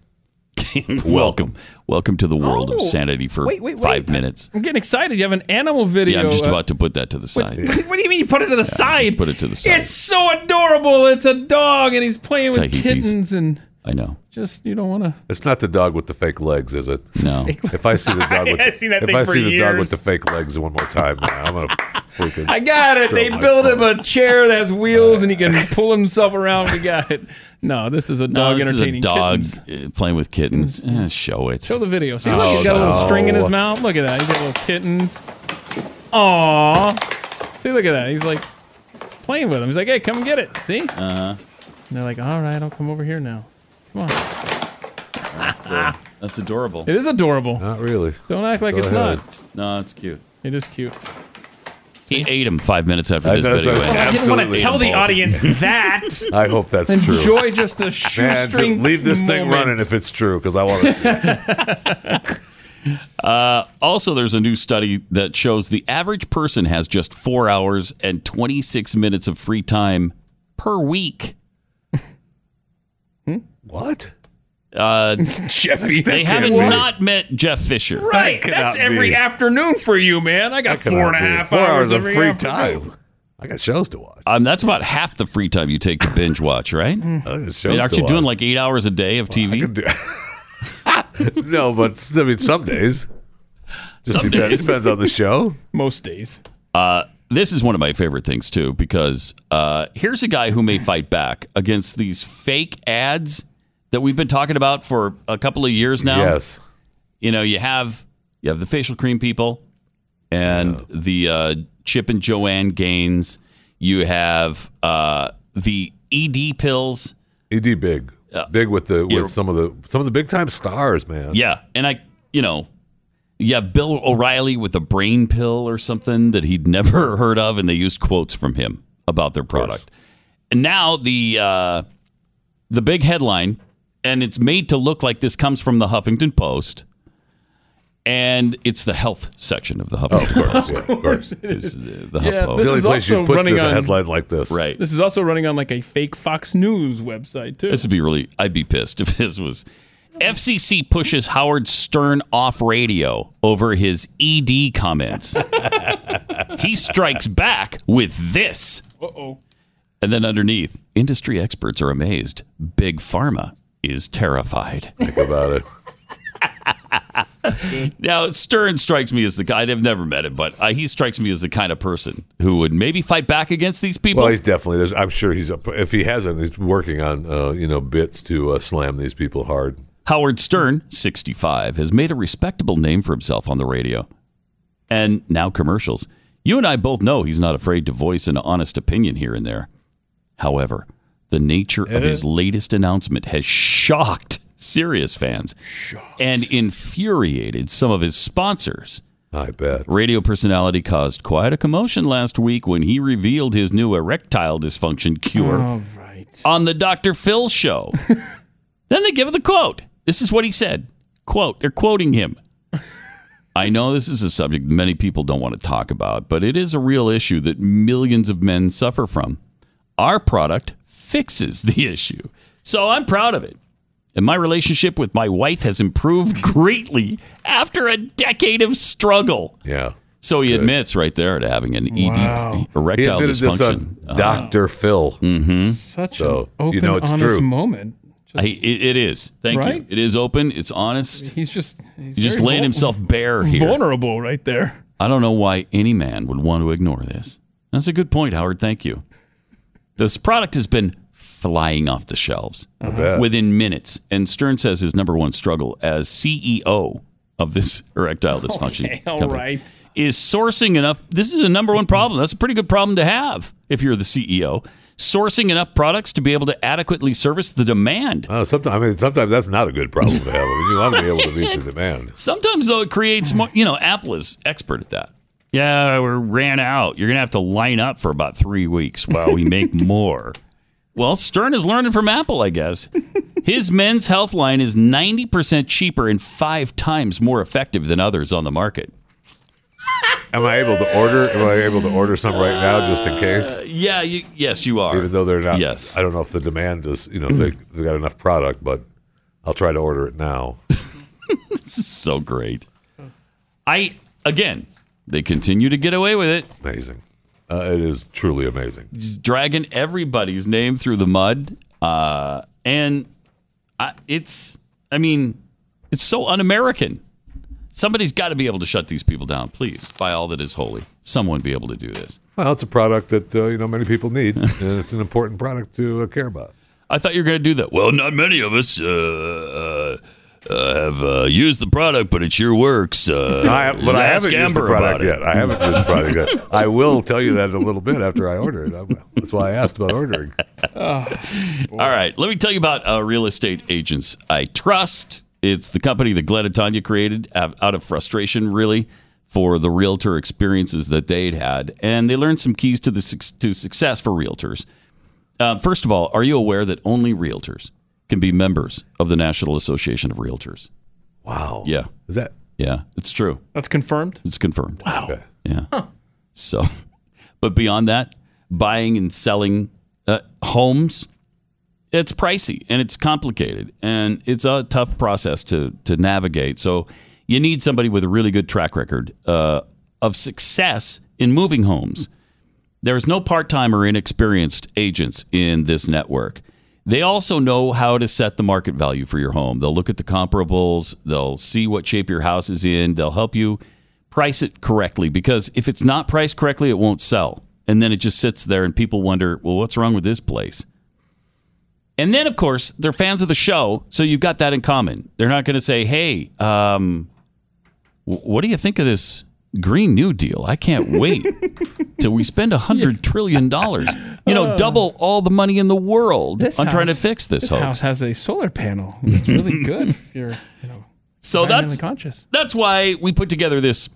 welcome. Welcome to the world
Oh.
of sanity for
Wait, wait, wait.
five minutes.
I'm getting excited. You have an animal video.
Yeah, I'm just
uh,
about to put that to the side.
what do you mean you put it to the side?
Just put it to the side.
It's so adorable. It's a dog, and he's playing
It's
with
like he- he's-
kittens, and
I know.
just you don't want to.
It's not the dog with the fake legs, is it?
No.
If I see the dog with,
I've seen that
if
thing
I
for
see the dog
years.
with the fake legs one more time, man, I'm gonna freaking.
I got it. They
Throw my
built him a chair that has wheels, and he can pull himself around. We got it. No, this is a
No,
dog
this is a
entertaining
dog
kittens.
uh, playing with kittens. Eh, show it.
Show the video. See,
Oh,
look, he's got a little
no.
string in his mouth. Look at that. He's got little kittens. Aww. See, look at that. He's like playing with him. He's like, hey, come get it. See? And
Uh,
they're like, all right, I'll come over here now. Come on.
that's, uh, that's adorable.
It is adorable.
Not really.
Don't act like
Go
it's
ahead.
not.
No, it's cute.
It is cute.
He ate him five minutes after
I-
this
that's
video.
what I-
ended.
I didn't want to
Absolutely
tell the
involved.
audience that.
I hope that's true.
Enjoy just a
Man, just
shoestring.
leave this thing
moment.
running if it's true, because I want to see. it.
Uh, also, there's a new study that shows the average person has just four hours and 26 minutes of free time per week.
Hmm?
what?
Uh,
Jeffy.
they haven't not met Jeff Fisher.
Right.
That
That's
cannot
every
be.
afternoon for you, man. I got
That
four and a
cannot be.
half
Four
hours,
hours of
every
free
afternoon.
time. I got shows to watch.
Um, that's about half the free time you take to binge watch, right?
I got shows
You're
to
actually
watch.
doing like eight hours a day of
I
TV.
could do- no, but I mean, some days. Just
Some
depends,
days.
depends on the show.
Most days.
Uh, this is one of my favorite things too, because uh, here's a guy who may fight back against these fake ads that we've been talking about for a couple of years now.
Yes.
you know, you have you have the facial cream people and the uh, Chip and Joanne Gaines. You have uh, the ED pills.
Ed E big, big with the with
Yeah.
some of the some of the big time stars, man.
Yeah, and I, you know, yeah, Bill O'Reilly with a brain pill or something that he'd never heard of, and they used quotes from him about their product. And now the uh, the big headline, and it's made to look like this comes from the Huffington Post, and it's the health section of the Huffington Post.
Yeah, Oh, of course.
Is the, the
Yeah,
HuffPost.
This
the only
is
place
also
you put
running
this
on-
a headline like this,
Right.
This is also running on like a fake Fox News website too.
This would be really, I'd be pissed if this was. FCC pushes Howard Stern off radio over his ED comments. he strikes back with this.
Uh oh.
And then underneath, industry experts are amazed. Big Pharma is terrified.
Think about it.
Now, Stern strikes me as the guy, I've never met him, but uh, he strikes me as the kind of person who would maybe fight back against these people.
Well, he's definitely. There's, I'm sure he's. up If he hasn't, he's working on uh, you know bits to uh, slam these people hard.
Howard Stern, 65, has made a respectable name for himself on the radio and now commercials. You and I both know he's not afraid to voice an honest opinion here and there. However, the nature of his latest announcement has shocked serious fans and infuriated some of his sponsors.
I bet.
Radio personality caused quite a commotion last week when he revealed his new erectile dysfunction cure on the Dr. Phil show. then they give the quote. This is what he said. Quote, they're quoting him. I know this is a subject many people don't want to talk about, but it is a real issue that millions of men suffer from. Our product fixes the issue. So I'm proud of it. And my relationship with my wife has improved greatly after a decade of struggle.
Yeah.
So he admits right there to having an ED
Wow.
erectile
He admitted this
dysfunction.
on Dr. Phil.
Mm-hmm.
Such
So,
an open,
you know it's
honest
true.
moment.
I, it, it is. Thank
Right?
you. It is open. It's honest.
He's just he's
He's just
very
laying
vul-
himself bare here.
Vulnerable right there.
I don't know why any man would want to ignore this. That's a good point, Howard. Thank you. This product has been flying off the shelves
bet.
within minutes. And Stern says his number one struggle as CEO of this erectile dysfunction
Okay, all
company
right.
is sourcing enough. This is a number one problem. That's a pretty good problem to have if you're the CEO. Sourcing enough products to be able to adequately service the demand.
Oh, sometimes I mean, sometimes that's not a good problem to have. I mean, you want to be able to meet the demand.
Sometimes though, it creates more. You know, Apple is expert at that. Yeah, we ran out. You're gonna have to line up for about three weeks while we make more. Well, Stern is learning from Apple, I guess. His men's health line is 90% cheaper and five times more effective than others on the market.
Am I able to order? Am I able to order some right now just in
Uh,
case?
yeah, you, yes, you are.
Even though they're not.
Yes.
I don't know if the demand is. You know, if they they got enough product, but I'll try to order it now.
This is so great. I again, they continue to get away with it.
Amazing. Uh, it is truly amazing.
just dragging everybody's name through the mud. Uh, and I, it's, I mean, it's so un American. Somebody's got to be able to shut these people down, please, by all that is holy. Someone be able to do this.
Well, it's a product that uh, you know many people need, and it's an important product to uh, care about.
I thought you were going to do that. Well, not many of us uh, uh, uh, have uh, used the product, but it sure works. Uh,
I, but I
ask
haven't used the
Amber
product
about
yet.
it.
I haven't used the product yet. I will tell you that in a little bit after I order it. I, that's why I asked about ordering.
All right, let me tell you about uh, real estate agents I trust. It's the company that Glenn and Tanya created out out of frustration, really, for the realtor experiences that they'd had, and they learned some keys to the suc- to success for realtors. Uh, first of all, are you aware that only realtors can be members of the National Association of Realtors?
Wow.
Yeah,
Is that
yeah, it's true.
That's confirmed.
It's confirmed.
wow?
Yeah. So, but beyond that, buying and selling uh, homes, it's pricey and it's complicated and it's a tough process to to navigate. So, you need somebody with a really good track record uh, of success in moving homes. There is no part time or inexperienced agents in this network. They also know how to set the market value for your home. They'll look at the comparables, they'll see what shape your house is in, they'll help you price it correctly because if it's not priced correctly, it won't sell. And then it just sits there and people wonder, well, what's wrong with this place? And then, of course, they're fans of the show, so you've got that in common. They're not going to say, hey, um, w- what do you think of this Green New Deal? I can't wait till we spend a $100 trillion. dollars. You know, double all the money in the world
Oh. This
on trying to
house-
fix this,
This
hoax.
house has a solar panel. It's really good if you're you know,
So
environmentally
that's
conscious.
that's why we put together this.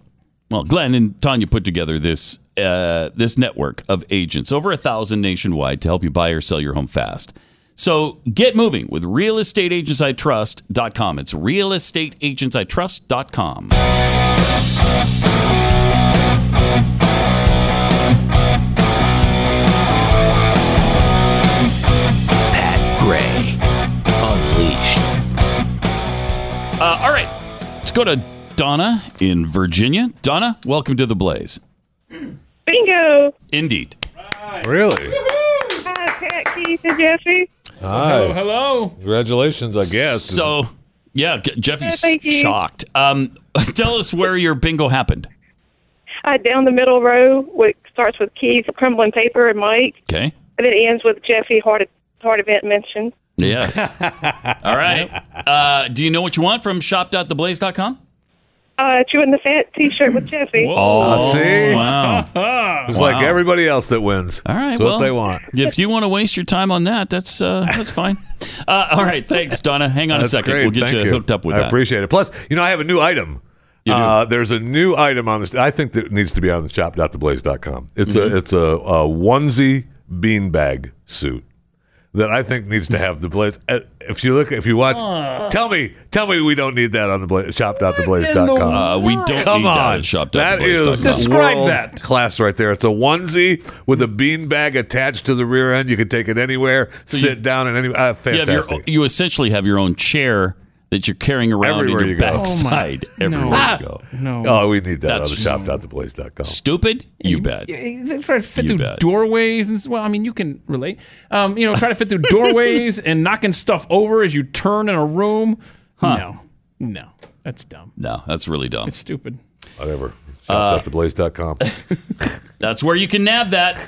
Well, Glenn and Tanya put together this uh, this network of agents, over a thousand nationwide, to help you buy or sell your home fast. So get moving with realestateagentsitrust.com. It's realestateagentsitrust.com.
Pat Gray Unleashed.
Uh, all right, let's go to Donna in Virginia. Donna, welcome to the Blaze.
Bingo!
Indeed.
Really?
Hi, Pat, Keith, and Jeffy.
Hi.
hello.
Congratulations, I guess.
So, yeah, G- Jeffy's
Thank you.
shocked. Um, tell us where your bingo happened.
Uh, down the middle row, which starts with Keith, crumbling paper, and Mike,
Okay.
and then ends with Jeffy, heart, heart event mentioned.
Yes. All right. Uh, do you know what you want from shop.theblaze.com?
uh, chewing the fat T-shirt with Jeffy.
Oh, see?
Wow.
It's
Wow.
like everybody else that wins. All
right,
That's
well,
what they want.
If you want to waste your time on that, that's uh, that's fine. Uh, all right, thanks, Donna. Hang on
That's
a second.
great.
We'll get
Thank
you, hooked up with
I
that.
appreciate it. Plus, you know, I have a new item. Uh, there's a new item on this. I think that needs to be on the shop.theblaze.com. It's
Mm-hmm.
Mhm.
a it's a, a onesie beanbag suit that I think needs to have the blaze. Uh, If you look, if you watch,
Ah.
Ugh.
tell me, tell me we don't need that on the bla-
What in the
shop.theblaze.com.
Uh, we don't
Come
need that
on.
at shop dot
That
the blaze dot
is
com. Describe
world
that.
class right there. It's a onesie with a beanbag attached to the rear end. You can take it anywhere,
you-
sit down, and any uh,
You, have
fantastic.
your- you essentially have your own chair that you're carrying around
Everywhere
in
you
your
go. Oh, my-
backside. Everywhere
Ah!
you go.
No.
Oh, we need that
That's
on the shop.theblaze.com.
Stupid? You bet.
Yeah, Try to fit
You
through
bet.
doorways and s- well, I mean, you can relate. Um, you know, try to fit through doorways and knocking stuff over as you turn in a room.
Huh.
No, no, that's dumb.
No, that's really dumb. Uh, It's
stupid.
Whatever. Shop.theblaze.com.
That's where you can nab that.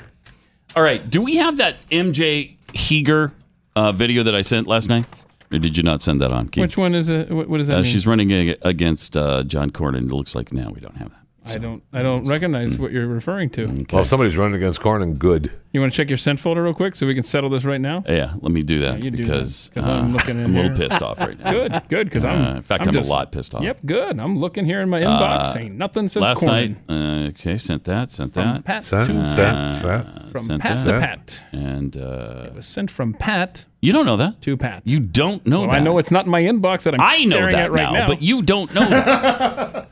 All right. Do we have that MJ Heger uh, video that I sent last night? Or did you not send that on, Keith?
Which one is it? What, what does that
uh,
mean?
She's running ag- against uh, John Cornyn. It looks like now we don't have that.
I don't, I don't recognize what you're referring to.
Well, if Oh, somebody's running against Cornyn, good.
You want to check your sent folder real quick so we can settle this right now?
Yeah, let me do that
you do
because
that, 'cause
uh,
I'm
I'm,
looking in
a
here.
little pissed off right now.
Good, good, because
Uh,
I'm.
in fact, I'm, a lot pissed off.
Yep, good. I'm looking here in my inbox,
Uh,
saying nothing says
Last
Cornyn.
night, uh, okay, sent that, sent
From
that, Uh,
Pat Sent, to- sent, sent. From
sent
Pat to
that.
Pat.
and uh,
It was sent from Pat.
you don't know that
to Pat.
You don't know
Well,
that.
I know it's not in my inbox that I'm
I know
staring
that
at right now,
now, but you don't know that.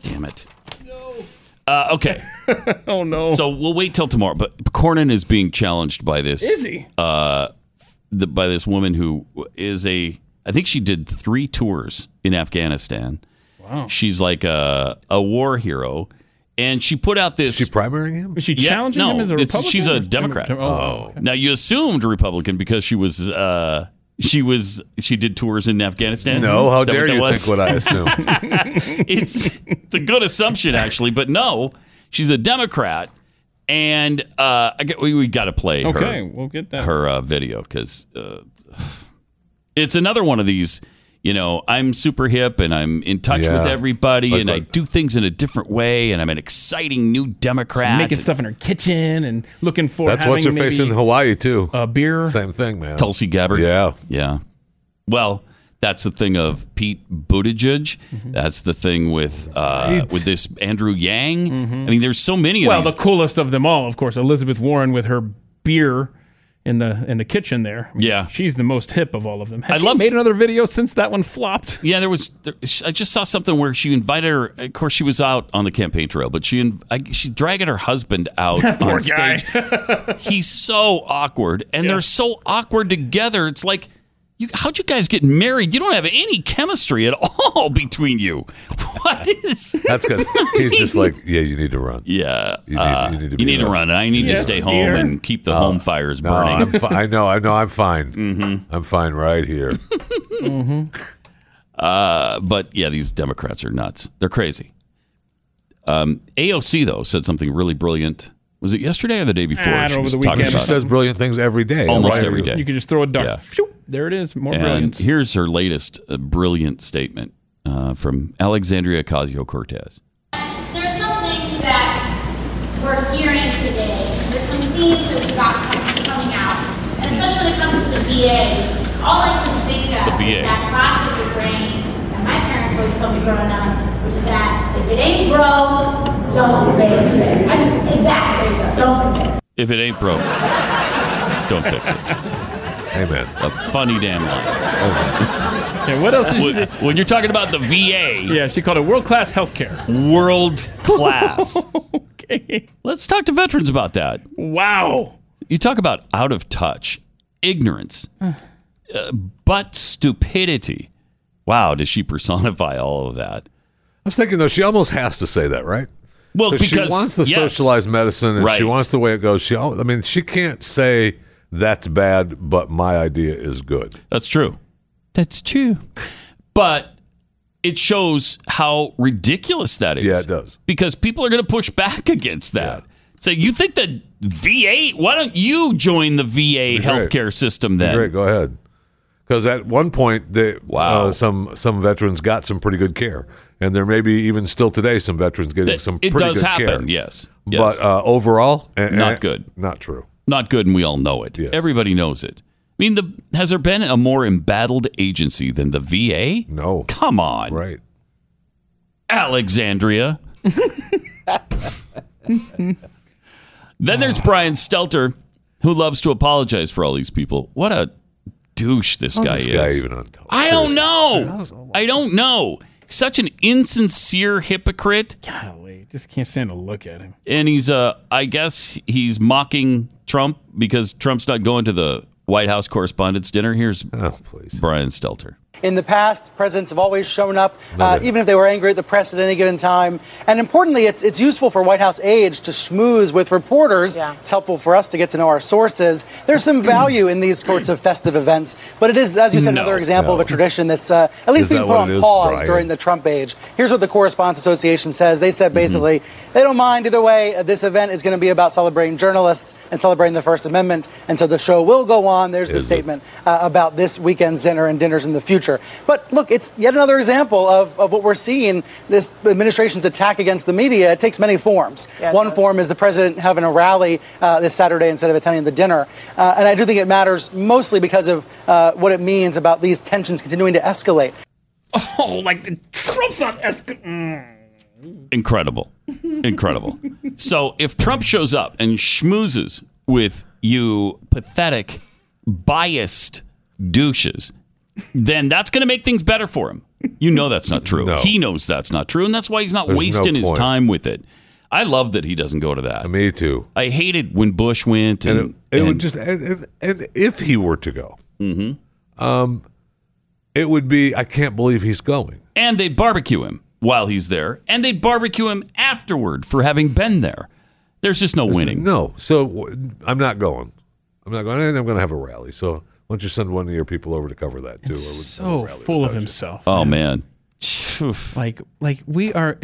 Damn it. No. Uh, okay.
oh no.
So we'll wait till tomorrow. But Cornyn is being challenged by this.
Is he?
Uh, the, by this woman who is a. I think she did three tours in Afghanistan.
Wow.
She's like a a war hero, and she put out this. Is she
primarying him?
Is she challenging
no,
him as a
it's-
Republican
She's
or-
a Democrat.
Oh,
Now you assumed Republican because she was. Uh, she was. She did tours in Afghanistan.
No, how
Is that
dare
that
you
was?
think what I assume?
it's it's a good assumption actually, but no, she's a Democrat, and uh, I get, we we got to play her-
Okay, we'll get that.
her uh, video because uh, it's another one of these. You know, I'm super hip and I'm in touch
Yeah.
with everybody,
Like
and I
what-
do things in a different way, and I'm an exciting new Democrat.
making stuff in her kitchen and looking for.
That's what's her
having
face in
maybe-
Hawaii too.
A beer.
Same thing, man.
Tulsi Gabbard.
Yeah.
Yeah. Well, that's the thing of Pete Buttigieg.
Mm-hmm.
That's the thing with uh,
Right.
with this Andrew Yang.
Mm-hmm.
I mean, there's so many of
Well,
these.
the coolest of them all, of course, Elizabeth Warren with her beer in the in the kitchen there.
Yeah.
she's the most hip of all of them. Has
I
she
love-
made another video since that one flopped.
Yeah, there was. There, sh- I just saw something where she invited her. Of course, she was out on the campaign trail, but she inv- I, she's dragging her husband out on stage. He's so awkward, and they're so awkward together. It's like, you, how'd you guys get married? You don't have any chemistry at all between you. What is?
That's because he's just like, yeah, you need to run.
Yeah,
you need,
uh,
need to,
you
be
need to
left.
run. I need to Yes, stay home dear. and keep the home fires
no,
burning. Mm-hmm.
I'm fi- I know, I know, I'm fine. I'm fine right here.
Mm-hmm.
Uh, but yeah, these Democrats are nuts. They're crazy. Um, AOC though said something really brilliant. Was it yesterday or the day before?
Ah, over
was
the
talking
weekend.
about
She says
it.
brilliant things every day.
Almost
Why are
every
you-
day.
You could just throw a dart.
Yeah.
Phew, there it is. More
and
brilliance.
here's her latest uh, brilliant statement uh, from Alexandria Ocasio Cortez.
There are some things that we're hearing today. There's some themes that we've got com- coming out. And especially when it comes to the VA, all I can think of
The
is
VA.
that classic refrain that my parents always told me growing up, which is that if it ain't broke, don't fix it. I mean, exactly, don't fix it.
If it ain't broke, don't fix it.
Amen.
A funny damn line.
Okay, what else did she
When,
say?
when you're talking about the VA,
Yeah, she called it world class healthcare.
world class.
okay.
Let's talk to veterans about that.
Wow.
You talk about out of touch, ignorance, uh, but stupidity. Wow, does she personify all of that?
I was thinking though, she almost has to say that, right?
Well,
she
because-
wants the
yes.
socialized medicine, and she
Right.
wants the way it goes. She, al- I mean, she can't say that's bad, but my idea is good.
That's true. That's true. But it shows how ridiculous that is.
Yeah, it does.
Because people are going to push back against that. Say, you think the VA, why don't you join the VA
Be great.
healthcare system then?
Great, go ahead. Because at one point, they, wow. uh, some some veterans got some pretty good care, and there may be even still today some veterans getting
That-
some.
it
pretty
does
good
happen,
care.
yes. Yes.
But uh, overall, eh,
Not
eh,
good.
Not true.
Not good, and we all know it. Everybody knows it. I mean, the has there been a more embattled agency than the VA?
No.
Come on.
Right.
Alexandria. then there's Brian Stelter, who loves to apologize for all these people. What a douche this
How's
guy
this
is.
guy even on top?
I don't know. I don't know. Such an insincere hypocrite.
Just can't stand to look at him.
and he's uh I guess he's mocking Trump because Trump's not going to the White House Correspondents' Dinner. Here's
Oh,
Brian Stelter.
In the past, presidents have always shown up,
Love
uh,
it.
even if they were angry at the press at any given time. And importantly, it's, it's useful for White House aides to schmooze with reporters. It's helpful for us to get to know our sources. There's some value in these sorts of festive events, but it is, as you said,
No.
another example
No.
of a tradition that's uh, at least
Is
being
that
put
what
on
it is,
pause
Brian?
during the Trump age. Here's what the Correspondents Association says. They
Mm-hmm.
said basically, they don't mind either way. Uh, This event is going to be about celebrating journalists and celebrating the First Amendment. And so the show will go on. There's the
Is it?
statement uh, about this weekend's dinner and dinners in the future. But look, it's yet another example of, of what we're seeing this administration's attack against the media. It takes many forms.
Yeah, it
One
does.
form is the president having a rally uh, this Saturday instead of attending the dinner. Uh, and I do think it matters mostly because of uh, what it means about these tensions continuing to escalate.
Oh, like the Trump's not esca- Mm.
Incredible. Incredible. so if Trump shows up and schmoozes with you pathetic, biased douches, then that's going to make things better for him. You know that's not true. He knows that's not true, and that's why he's not
There's no
wasting his
point.
time with it. I love that he doesn't go to that.
Me too.
I hated when Bush went, and,
And it, it
and- Mm-hmm.
would just and, and, and if he were to go, um, it would be I can't believe he's going.
and they'd barbecue him while he's there, and they'd barbecue him afterward for having been there. There's just no winning.
No, so w- I'm not going. I'm not going, and I'm going to have a rally. So why don't you send one of your people over to cover that too? or we-
so full of himself.
Oh man,
Like like we are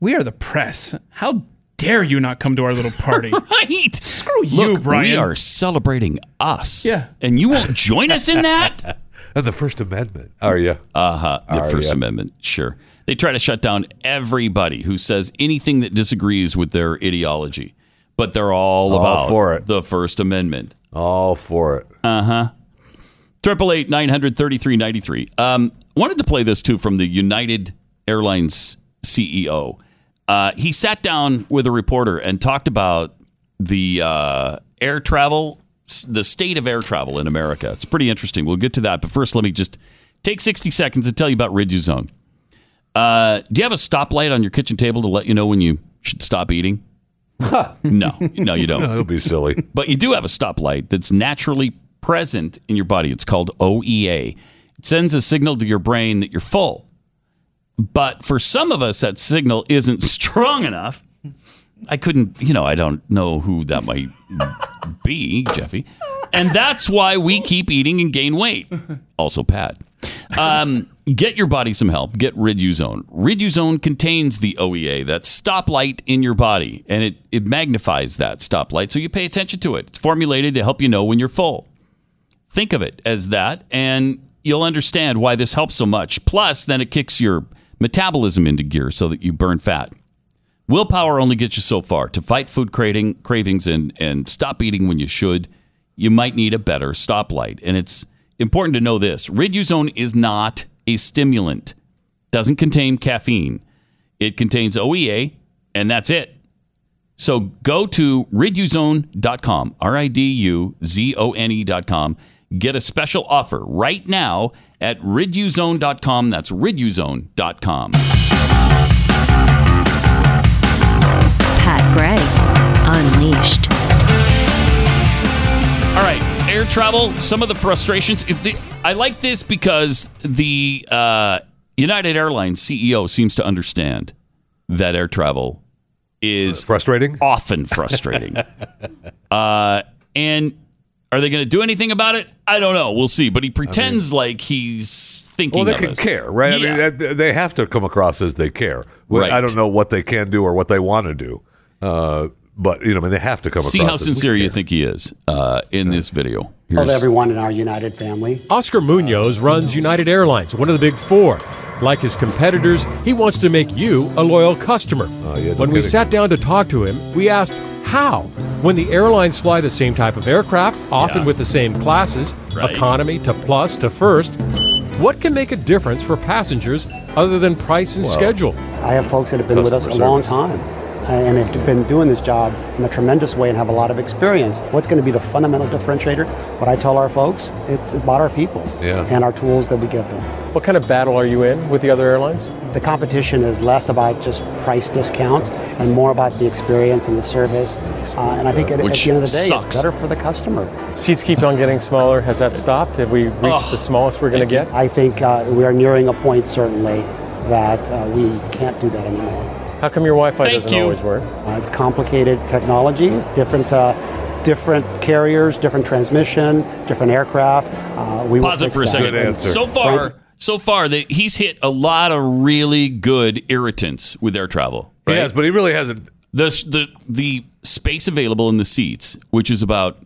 we are the press. How dare you not come to our little party?
right.
Screw you,
Oh, Look,
Brian.
we are celebrating us.
Yeah.
and you won't join us in that.
And the First Amendment. Oh, Are you?
Uh huh. The
Are
First
ya?
Amendment. Sure. They try to shut down everybody who says anything that disagrees with their ideology, but they're all,
All
about
for it.
the First Amendment.
All for it.
Uh huh. Triple eight nine hundred thirty three ninety three. Um, wanted to play this too from the United Airlines CEO. Uh, he sat down with a reporter and talked about the uh, air travel, s- the state of air travel in America. It's pretty interesting. We'll get to that, but first, let me just take sixty seconds to tell you about Riduzone. Uh, do you have a stoplight on your kitchen table to let you know when you should stop eating? no, no, you don't.
No, it'll be silly.
But you do have a stoplight that's naturally present in your body. It's called OEA. It sends a signal to your brain that you're full. But for some of us, that signal isn't strong enough. I couldn't, you know, I don't know who that might be, Jeffy. And that's why we keep eating and gain weight. Also, Pat. Um, get your body some help. Get Riduzone. Riduzone contains the OEA, that stoplight in your body, and it, it magnifies that stoplight so you pay attention to it. It's formulated to help you know when you're full. Think of it as that, and you'll understand why this helps so much. Plus, then it kicks your metabolism into gear so that you burn fat. Willpower only gets you so far. To fight food craving, cravings and, and stop eating when you should, you might need a better stoplight. And it's important to know this Riduzone is not a stimulant, doesn't contain caffeine. It contains OEA, and that's it. So go to riduzone.com, R I D U Z O N E.com. Get a special offer right now at riduzone.com. That's riduzone.com.
Pat Gray Unleashed.
All right, air travel. Some of the frustrations. If the, I like this because the uh, United Airlines CEO seems to understand that air travel is
Uh, frustrating,
often frustrating. uh, and are they going to do anything about it? I don't know. We'll see. But he pretends like he's thinking.
Well, they
of
can
us.
care, right?
Yeah.
I mean, that, they have to come across as they care. Well,
Right.
I don't know what they can do or what they want to do. Uh, but you know, I mean, they have to come.
See
across
how
as-
sincere you think he is uh, in this video.
Of
Here's-
everyone in our United family.
Oscar Munoz runs United Airlines, one of the big four. Like his competitors, he wants to make you a loyal customer.
no
when we
kidding.
sat down to talk to him, we asked how. When the airlines fly the same type of aircraft, often with the same classes, economy to plus to first, what can make a difference for passengers other than price and
Wow.
schedule?
I have folks that have been with us a
Customer
long
service.
time uh, and have been doing this job in a tremendous way and have a lot of experience. What's going to be the fundamental differentiator? What I tell our folks, it's about our people
Yeah.
and our tools that we give them.
What kind of battle are you in with the other airlines?
The competition is less about just price discounts and more about the experience and the service. Uh, and I think at, at
Which
the end of the day,
sucks.
it's better for the customer.
Seats keep on getting smaller. Has that stopped? Have we reached the smallest we're going to get?
I think uh, we are nearing a point, certainly, that uh, we can't do that anymore.
How come your Wi-Fi
Thank
doesn't
you.
always work?
Uh, it's complicated technology, different, uh, different carriers, different transmission, different aircraft. Uh, we will
Pause it
fix
for a
that.
second. So far, so far, that he's hit a lot of really good irritants with air travel.
Yes, but he really hasn't.
The the the space available in the seats, which is about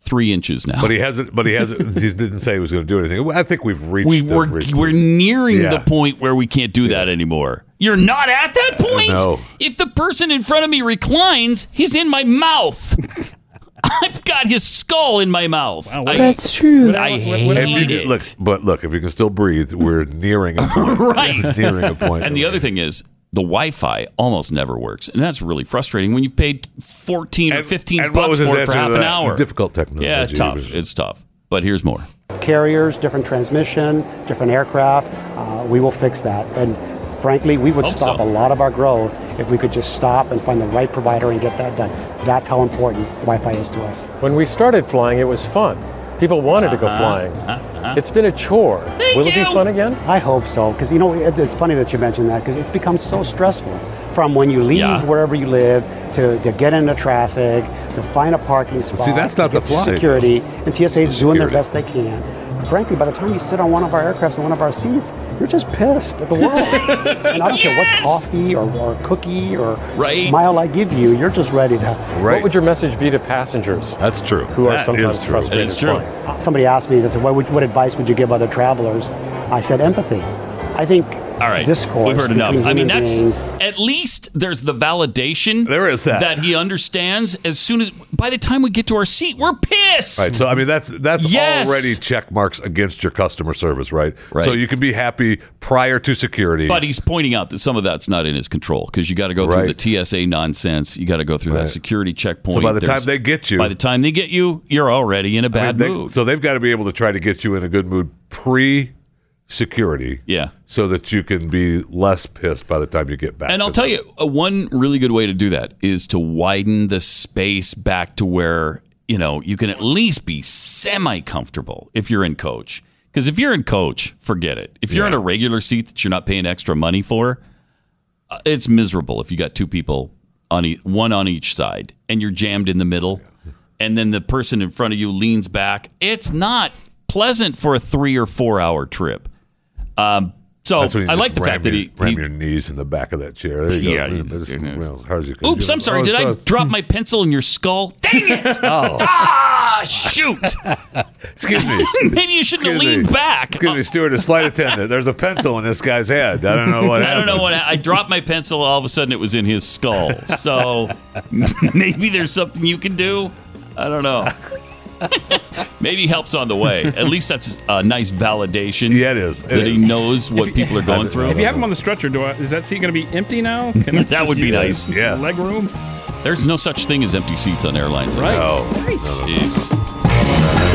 three inches now.
But he hasn't. But he hasn't. he didn't say he was going to do anything. I think we've reached.
we
the-
we're,
reached
we're nearing
Yeah.
the point where we can't do that anymore. You're not at that point.
No.
If the person in front of me reclines, he's in my mouth. I've got his skull in my mouth. I- I hate
If you
it.
can- Look, but look, if you can still breathe, we're nearing a point.
right.
nearing a point.
And the other thing is the Wi-Fi almost never works, and that's really frustrating when you've paid fourteen or fifteen
and what
bucks
was his
for it
answer
for
to
half an
that?
hour.
Difficult technology.
Yeah,
It
tough.
was-
It's tough. But here's more.
Carriers, different transmission, different aircraft. Uh, we will fix that. And frankly, we would
Hope
stop
so.
a lot of our growth if we could just stop and find the right provider and get that done. That's how important Wi-Fi is to us.
When we started flying, it was fun. People wanted to go flying. It's been a chore. Will it be fun again?
I hope so, because you know it, it's funny that you mentioned that because it's become so stressful from when you leave wherever you live to, to get into traffic to find a parking spot.
that's
to
not the
get to
fly.
security, and TSA is doing
security.
their best they can. Frankly, by the time you sit on one of our aircrafts in one of our seats, you're just pissed at the world. and I don't care what coffee or, or cookie or
Right.
smile I give you, you're just ready to
What would your message be to passengers?
That's true.
Who are sometimes frustrated flying?
Somebody asked me, they said, what, would, what advice would you give other travelers? I said, empathy. I think
All right,
discourse.
we've heard enough.
between
I mean,
human
that's
beings-
at least there's the validation. There is
that.
that he understands. As soon as by the time we get to our seat, we're pissed.
Right, so I mean that's that's
Yes.
already check marks against your customer service, right? Right. So you can be happy prior to security.
But he's pointing out that some of that's not in his control because you got to go through
Right.
the TSA nonsense. You got to go through that security checkpoint.
So by the time
There's-
they get you-
by the time they get you, you're already in
I
a
mean,
bad
they-
mood.
So they've got to be able to try to get you in a good mood pre security.
Yeah.
So that you can be less pissed by the time you get back.
And I'll
to
tell you, uh, one really good way to do that is to widen the space back to where you know you can at least be semi comfortable if you're in coach. Because if you're in coach, forget it. If you're in a regular seat that you're not paying extra money for, uh, it's miserable. If you got two people on e- one on each side and you're jammed in the middle, and then the person in front of you leans back, it's not pleasant for a three or four hour trip. Um, so
That's when you
I
just
like the
ram
fact that
your-
he,
ram
he
your knees in the back of that chair. There you
Yeah,
go.
you
This is well, as hard as you can
Oops,
do.
I'm sorry.
Oh,
Did
so
I
it's-
drop my pencil in your skull? Dang it!
Oh.
Ah, shoot!
Excuse me.
Maybe you shouldn't have
Excuse
leaned
me.
back.
Excuse me, stewardess, flight attendant. There's a pencil in this guy's head. I don't know what
I
happened.
don't know what I dropped my pencil. All of a sudden, it was in his skull. So maybe there's something you can do. I don't know. Maybe helps on the way. At least that's a nice validation. Yeah,
it is.
that he knows what people are going through.
If you have him on the stretcher, do I, is that seat going to be empty now? Can I
that
just
would be
use
nice. Yeah.
Leg room.
There's no such thing as empty seats on airlines.
Right.
No.
Right.
Jeez.